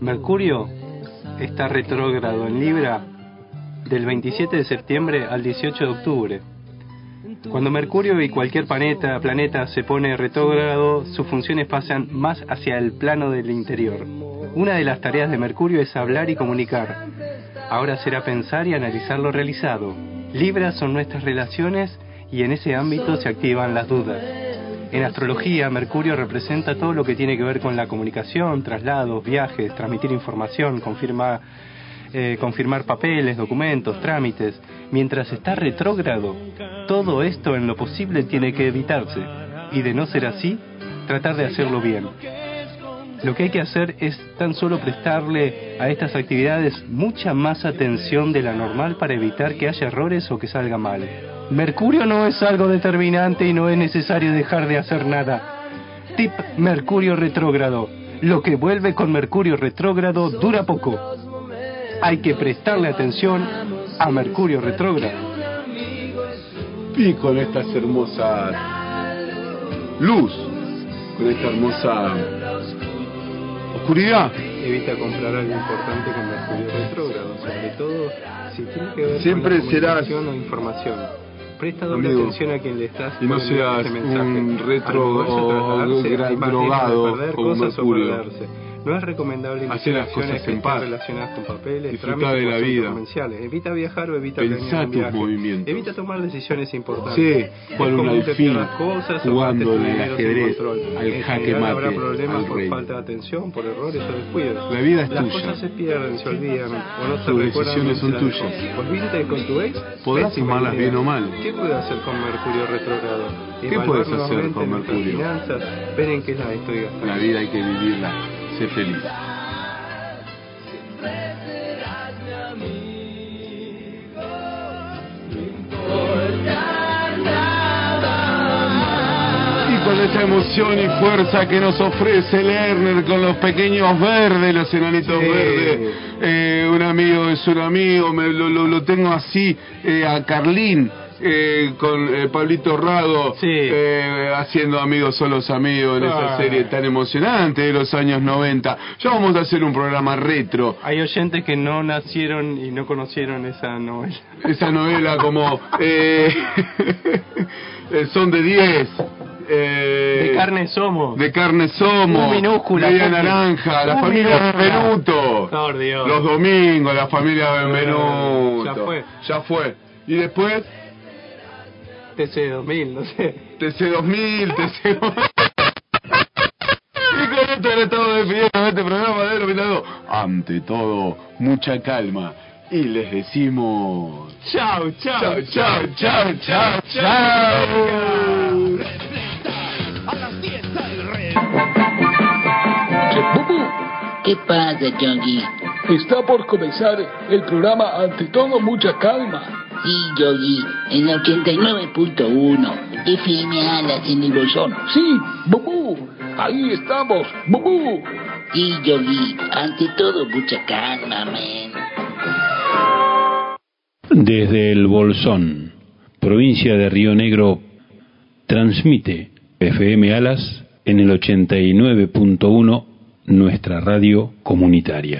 [SPEAKER 5] Mercurio está retrógrado en Libra del 27 de septiembre al 18 de octubre. Cuando Mercurio y cualquier planeta, planeta se pone retrógrado, sus funciones pasan más hacia el plano del interior. Una de las tareas de Mercurio es hablar y comunicar. Ahora será pensar y analizar lo realizado. Libras son nuestras relaciones y en ese ámbito se activan las dudas. En astrología, Mercurio representa todo lo que tiene que ver con la comunicación, traslados, viajes, transmitir información, confirma, eh, confirmar papeles, documentos, trámites. Mientras está retrógrado, todo esto en lo posible tiene que evitarse y de no ser así, tratar de hacerlo bien. Lo que hay que hacer es tan solo prestarle a estas actividades mucha más atención de la normal para evitar que haya errores o que salga mal. Mercurio no es algo determinante y no es necesario dejar de hacer nada. Tip Mercurio retrógrado. Lo que vuelve con Mercurio retrógrado dura poco. Hay que prestarle atención a Mercurio retrógrado.
[SPEAKER 4] Y con estas hermosas luz, con esta hermosa oscuridad.
[SPEAKER 5] Evita comprar algo importante con Mercurio retrógrado, sobre todo si tiene que ver
[SPEAKER 4] Siempre
[SPEAKER 5] con la
[SPEAKER 4] serás-
[SPEAKER 5] comunicación o información. Presta doble
[SPEAKER 4] Amigo,
[SPEAKER 5] atención a quien le estás
[SPEAKER 4] y no
[SPEAKER 5] poniendo
[SPEAKER 4] seas
[SPEAKER 5] ese mensaje.
[SPEAKER 4] un retro
[SPEAKER 5] Al moverse,
[SPEAKER 4] o
[SPEAKER 5] trasladarse,
[SPEAKER 4] gran
[SPEAKER 5] hay más riesgo de
[SPEAKER 4] drogado
[SPEAKER 5] perder
[SPEAKER 4] como
[SPEAKER 5] cosas o
[SPEAKER 4] Mercurio.
[SPEAKER 5] perderse. No es recomendable
[SPEAKER 4] Hacer las
[SPEAKER 5] investigaciones
[SPEAKER 4] cosas
[SPEAKER 5] que
[SPEAKER 4] en
[SPEAKER 5] están
[SPEAKER 4] paz.
[SPEAKER 5] relacionadas con papeles,
[SPEAKER 4] Disfruta
[SPEAKER 5] trámites
[SPEAKER 4] de
[SPEAKER 5] o
[SPEAKER 4] la
[SPEAKER 5] asuntos
[SPEAKER 4] vida.
[SPEAKER 5] comerciales. Evita viajar o evita
[SPEAKER 4] Pensá
[SPEAKER 5] planear un
[SPEAKER 4] tus
[SPEAKER 5] viaje.
[SPEAKER 4] movimientos.
[SPEAKER 5] Evita tomar decisiones importantes.
[SPEAKER 4] Sí,
[SPEAKER 5] Es
[SPEAKER 4] cual un
[SPEAKER 5] común que
[SPEAKER 4] alfil,
[SPEAKER 5] pierdas cosas o
[SPEAKER 4] jugando en
[SPEAKER 5] gastes
[SPEAKER 4] el
[SPEAKER 5] dinero sin
[SPEAKER 4] ajedrez,
[SPEAKER 5] control.
[SPEAKER 4] al
[SPEAKER 5] En
[SPEAKER 4] jaque
[SPEAKER 5] general
[SPEAKER 4] mate,
[SPEAKER 5] habrá problemas
[SPEAKER 4] al
[SPEAKER 5] por
[SPEAKER 4] rey.
[SPEAKER 5] falta de atención, por errores o descuidos.
[SPEAKER 4] La vida es
[SPEAKER 5] Las
[SPEAKER 4] tuya.
[SPEAKER 5] cosas se pierden, se olvidan o no se
[SPEAKER 4] Tus
[SPEAKER 5] recuerdan.
[SPEAKER 4] decisiones son
[SPEAKER 5] durante
[SPEAKER 4] tuyas.
[SPEAKER 5] la vida. Volviste con tu ex.
[SPEAKER 4] Podrás
[SPEAKER 5] pésima
[SPEAKER 4] tomarlas
[SPEAKER 5] idea.
[SPEAKER 4] bien o mal.
[SPEAKER 5] ¿Qué puedo hacer con Mercurio retrogrado?
[SPEAKER 4] ¿Qué
[SPEAKER 5] Evaluar
[SPEAKER 4] puedes hacer
[SPEAKER 5] nuevamente
[SPEAKER 4] con
[SPEAKER 5] nuestras
[SPEAKER 4] Mercurio?
[SPEAKER 5] Finanzas, ver en qué las estoy gastando.
[SPEAKER 4] La vida hay que vivirla, sé feliz. con esta emoción y fuerza que nos ofrece Lerner con los pequeños verdes, los enanitos verdes. Eh, un amigo es un amigo, me, lo, lo- lo tengo así eh, a Carlín. eh, con eh, Pablito Rago eh, haciendo amigos son los amigos en esa
[SPEAKER 5] Ah.
[SPEAKER 4] serie tan emocionante de los años 90 ya vamos a hacer un programa retro
[SPEAKER 5] Hay oyentes que no nacieron y no conocieron esa novela.
[SPEAKER 4] esa novela como eh, eh, son de 10 eh,
[SPEAKER 5] De carne somos.
[SPEAKER 4] de carne somos
[SPEAKER 5] Muy minúscula,
[SPEAKER 4] media
[SPEAKER 5] Coqui.
[SPEAKER 4] naranja la
[SPEAKER 5] Muy
[SPEAKER 4] familia
[SPEAKER 5] minúscula.
[SPEAKER 4] Benvenuto
[SPEAKER 5] Por Dios.
[SPEAKER 4] los domingos la familia Benvenuto
[SPEAKER 5] Ya fue.
[SPEAKER 4] ya fue y después
[SPEAKER 5] TC2000, no sé.
[SPEAKER 4] TC2000 TC y con esto le estamos despidiendo de este programa de Iluminado. ante todo mucha calma y les decimos
[SPEAKER 14] Chao,
[SPEAKER 4] chao, chao, chao, chao, chao.
[SPEAKER 3] ¿Qué pasa, Yogi? Está por comenzar el programa Ante todo, mucha calma. Sí, Yogi, en 89.1. FM Alas en el bolsón. Sí, Bubú, ahí estamos, Bubú. Sí, Yogi, ante todo, mucha calma, man.
[SPEAKER 11] Desde el Bolsón, provincia de Río Negro, transmite FM Alas en el 89.1, nuestra radio comunitaria.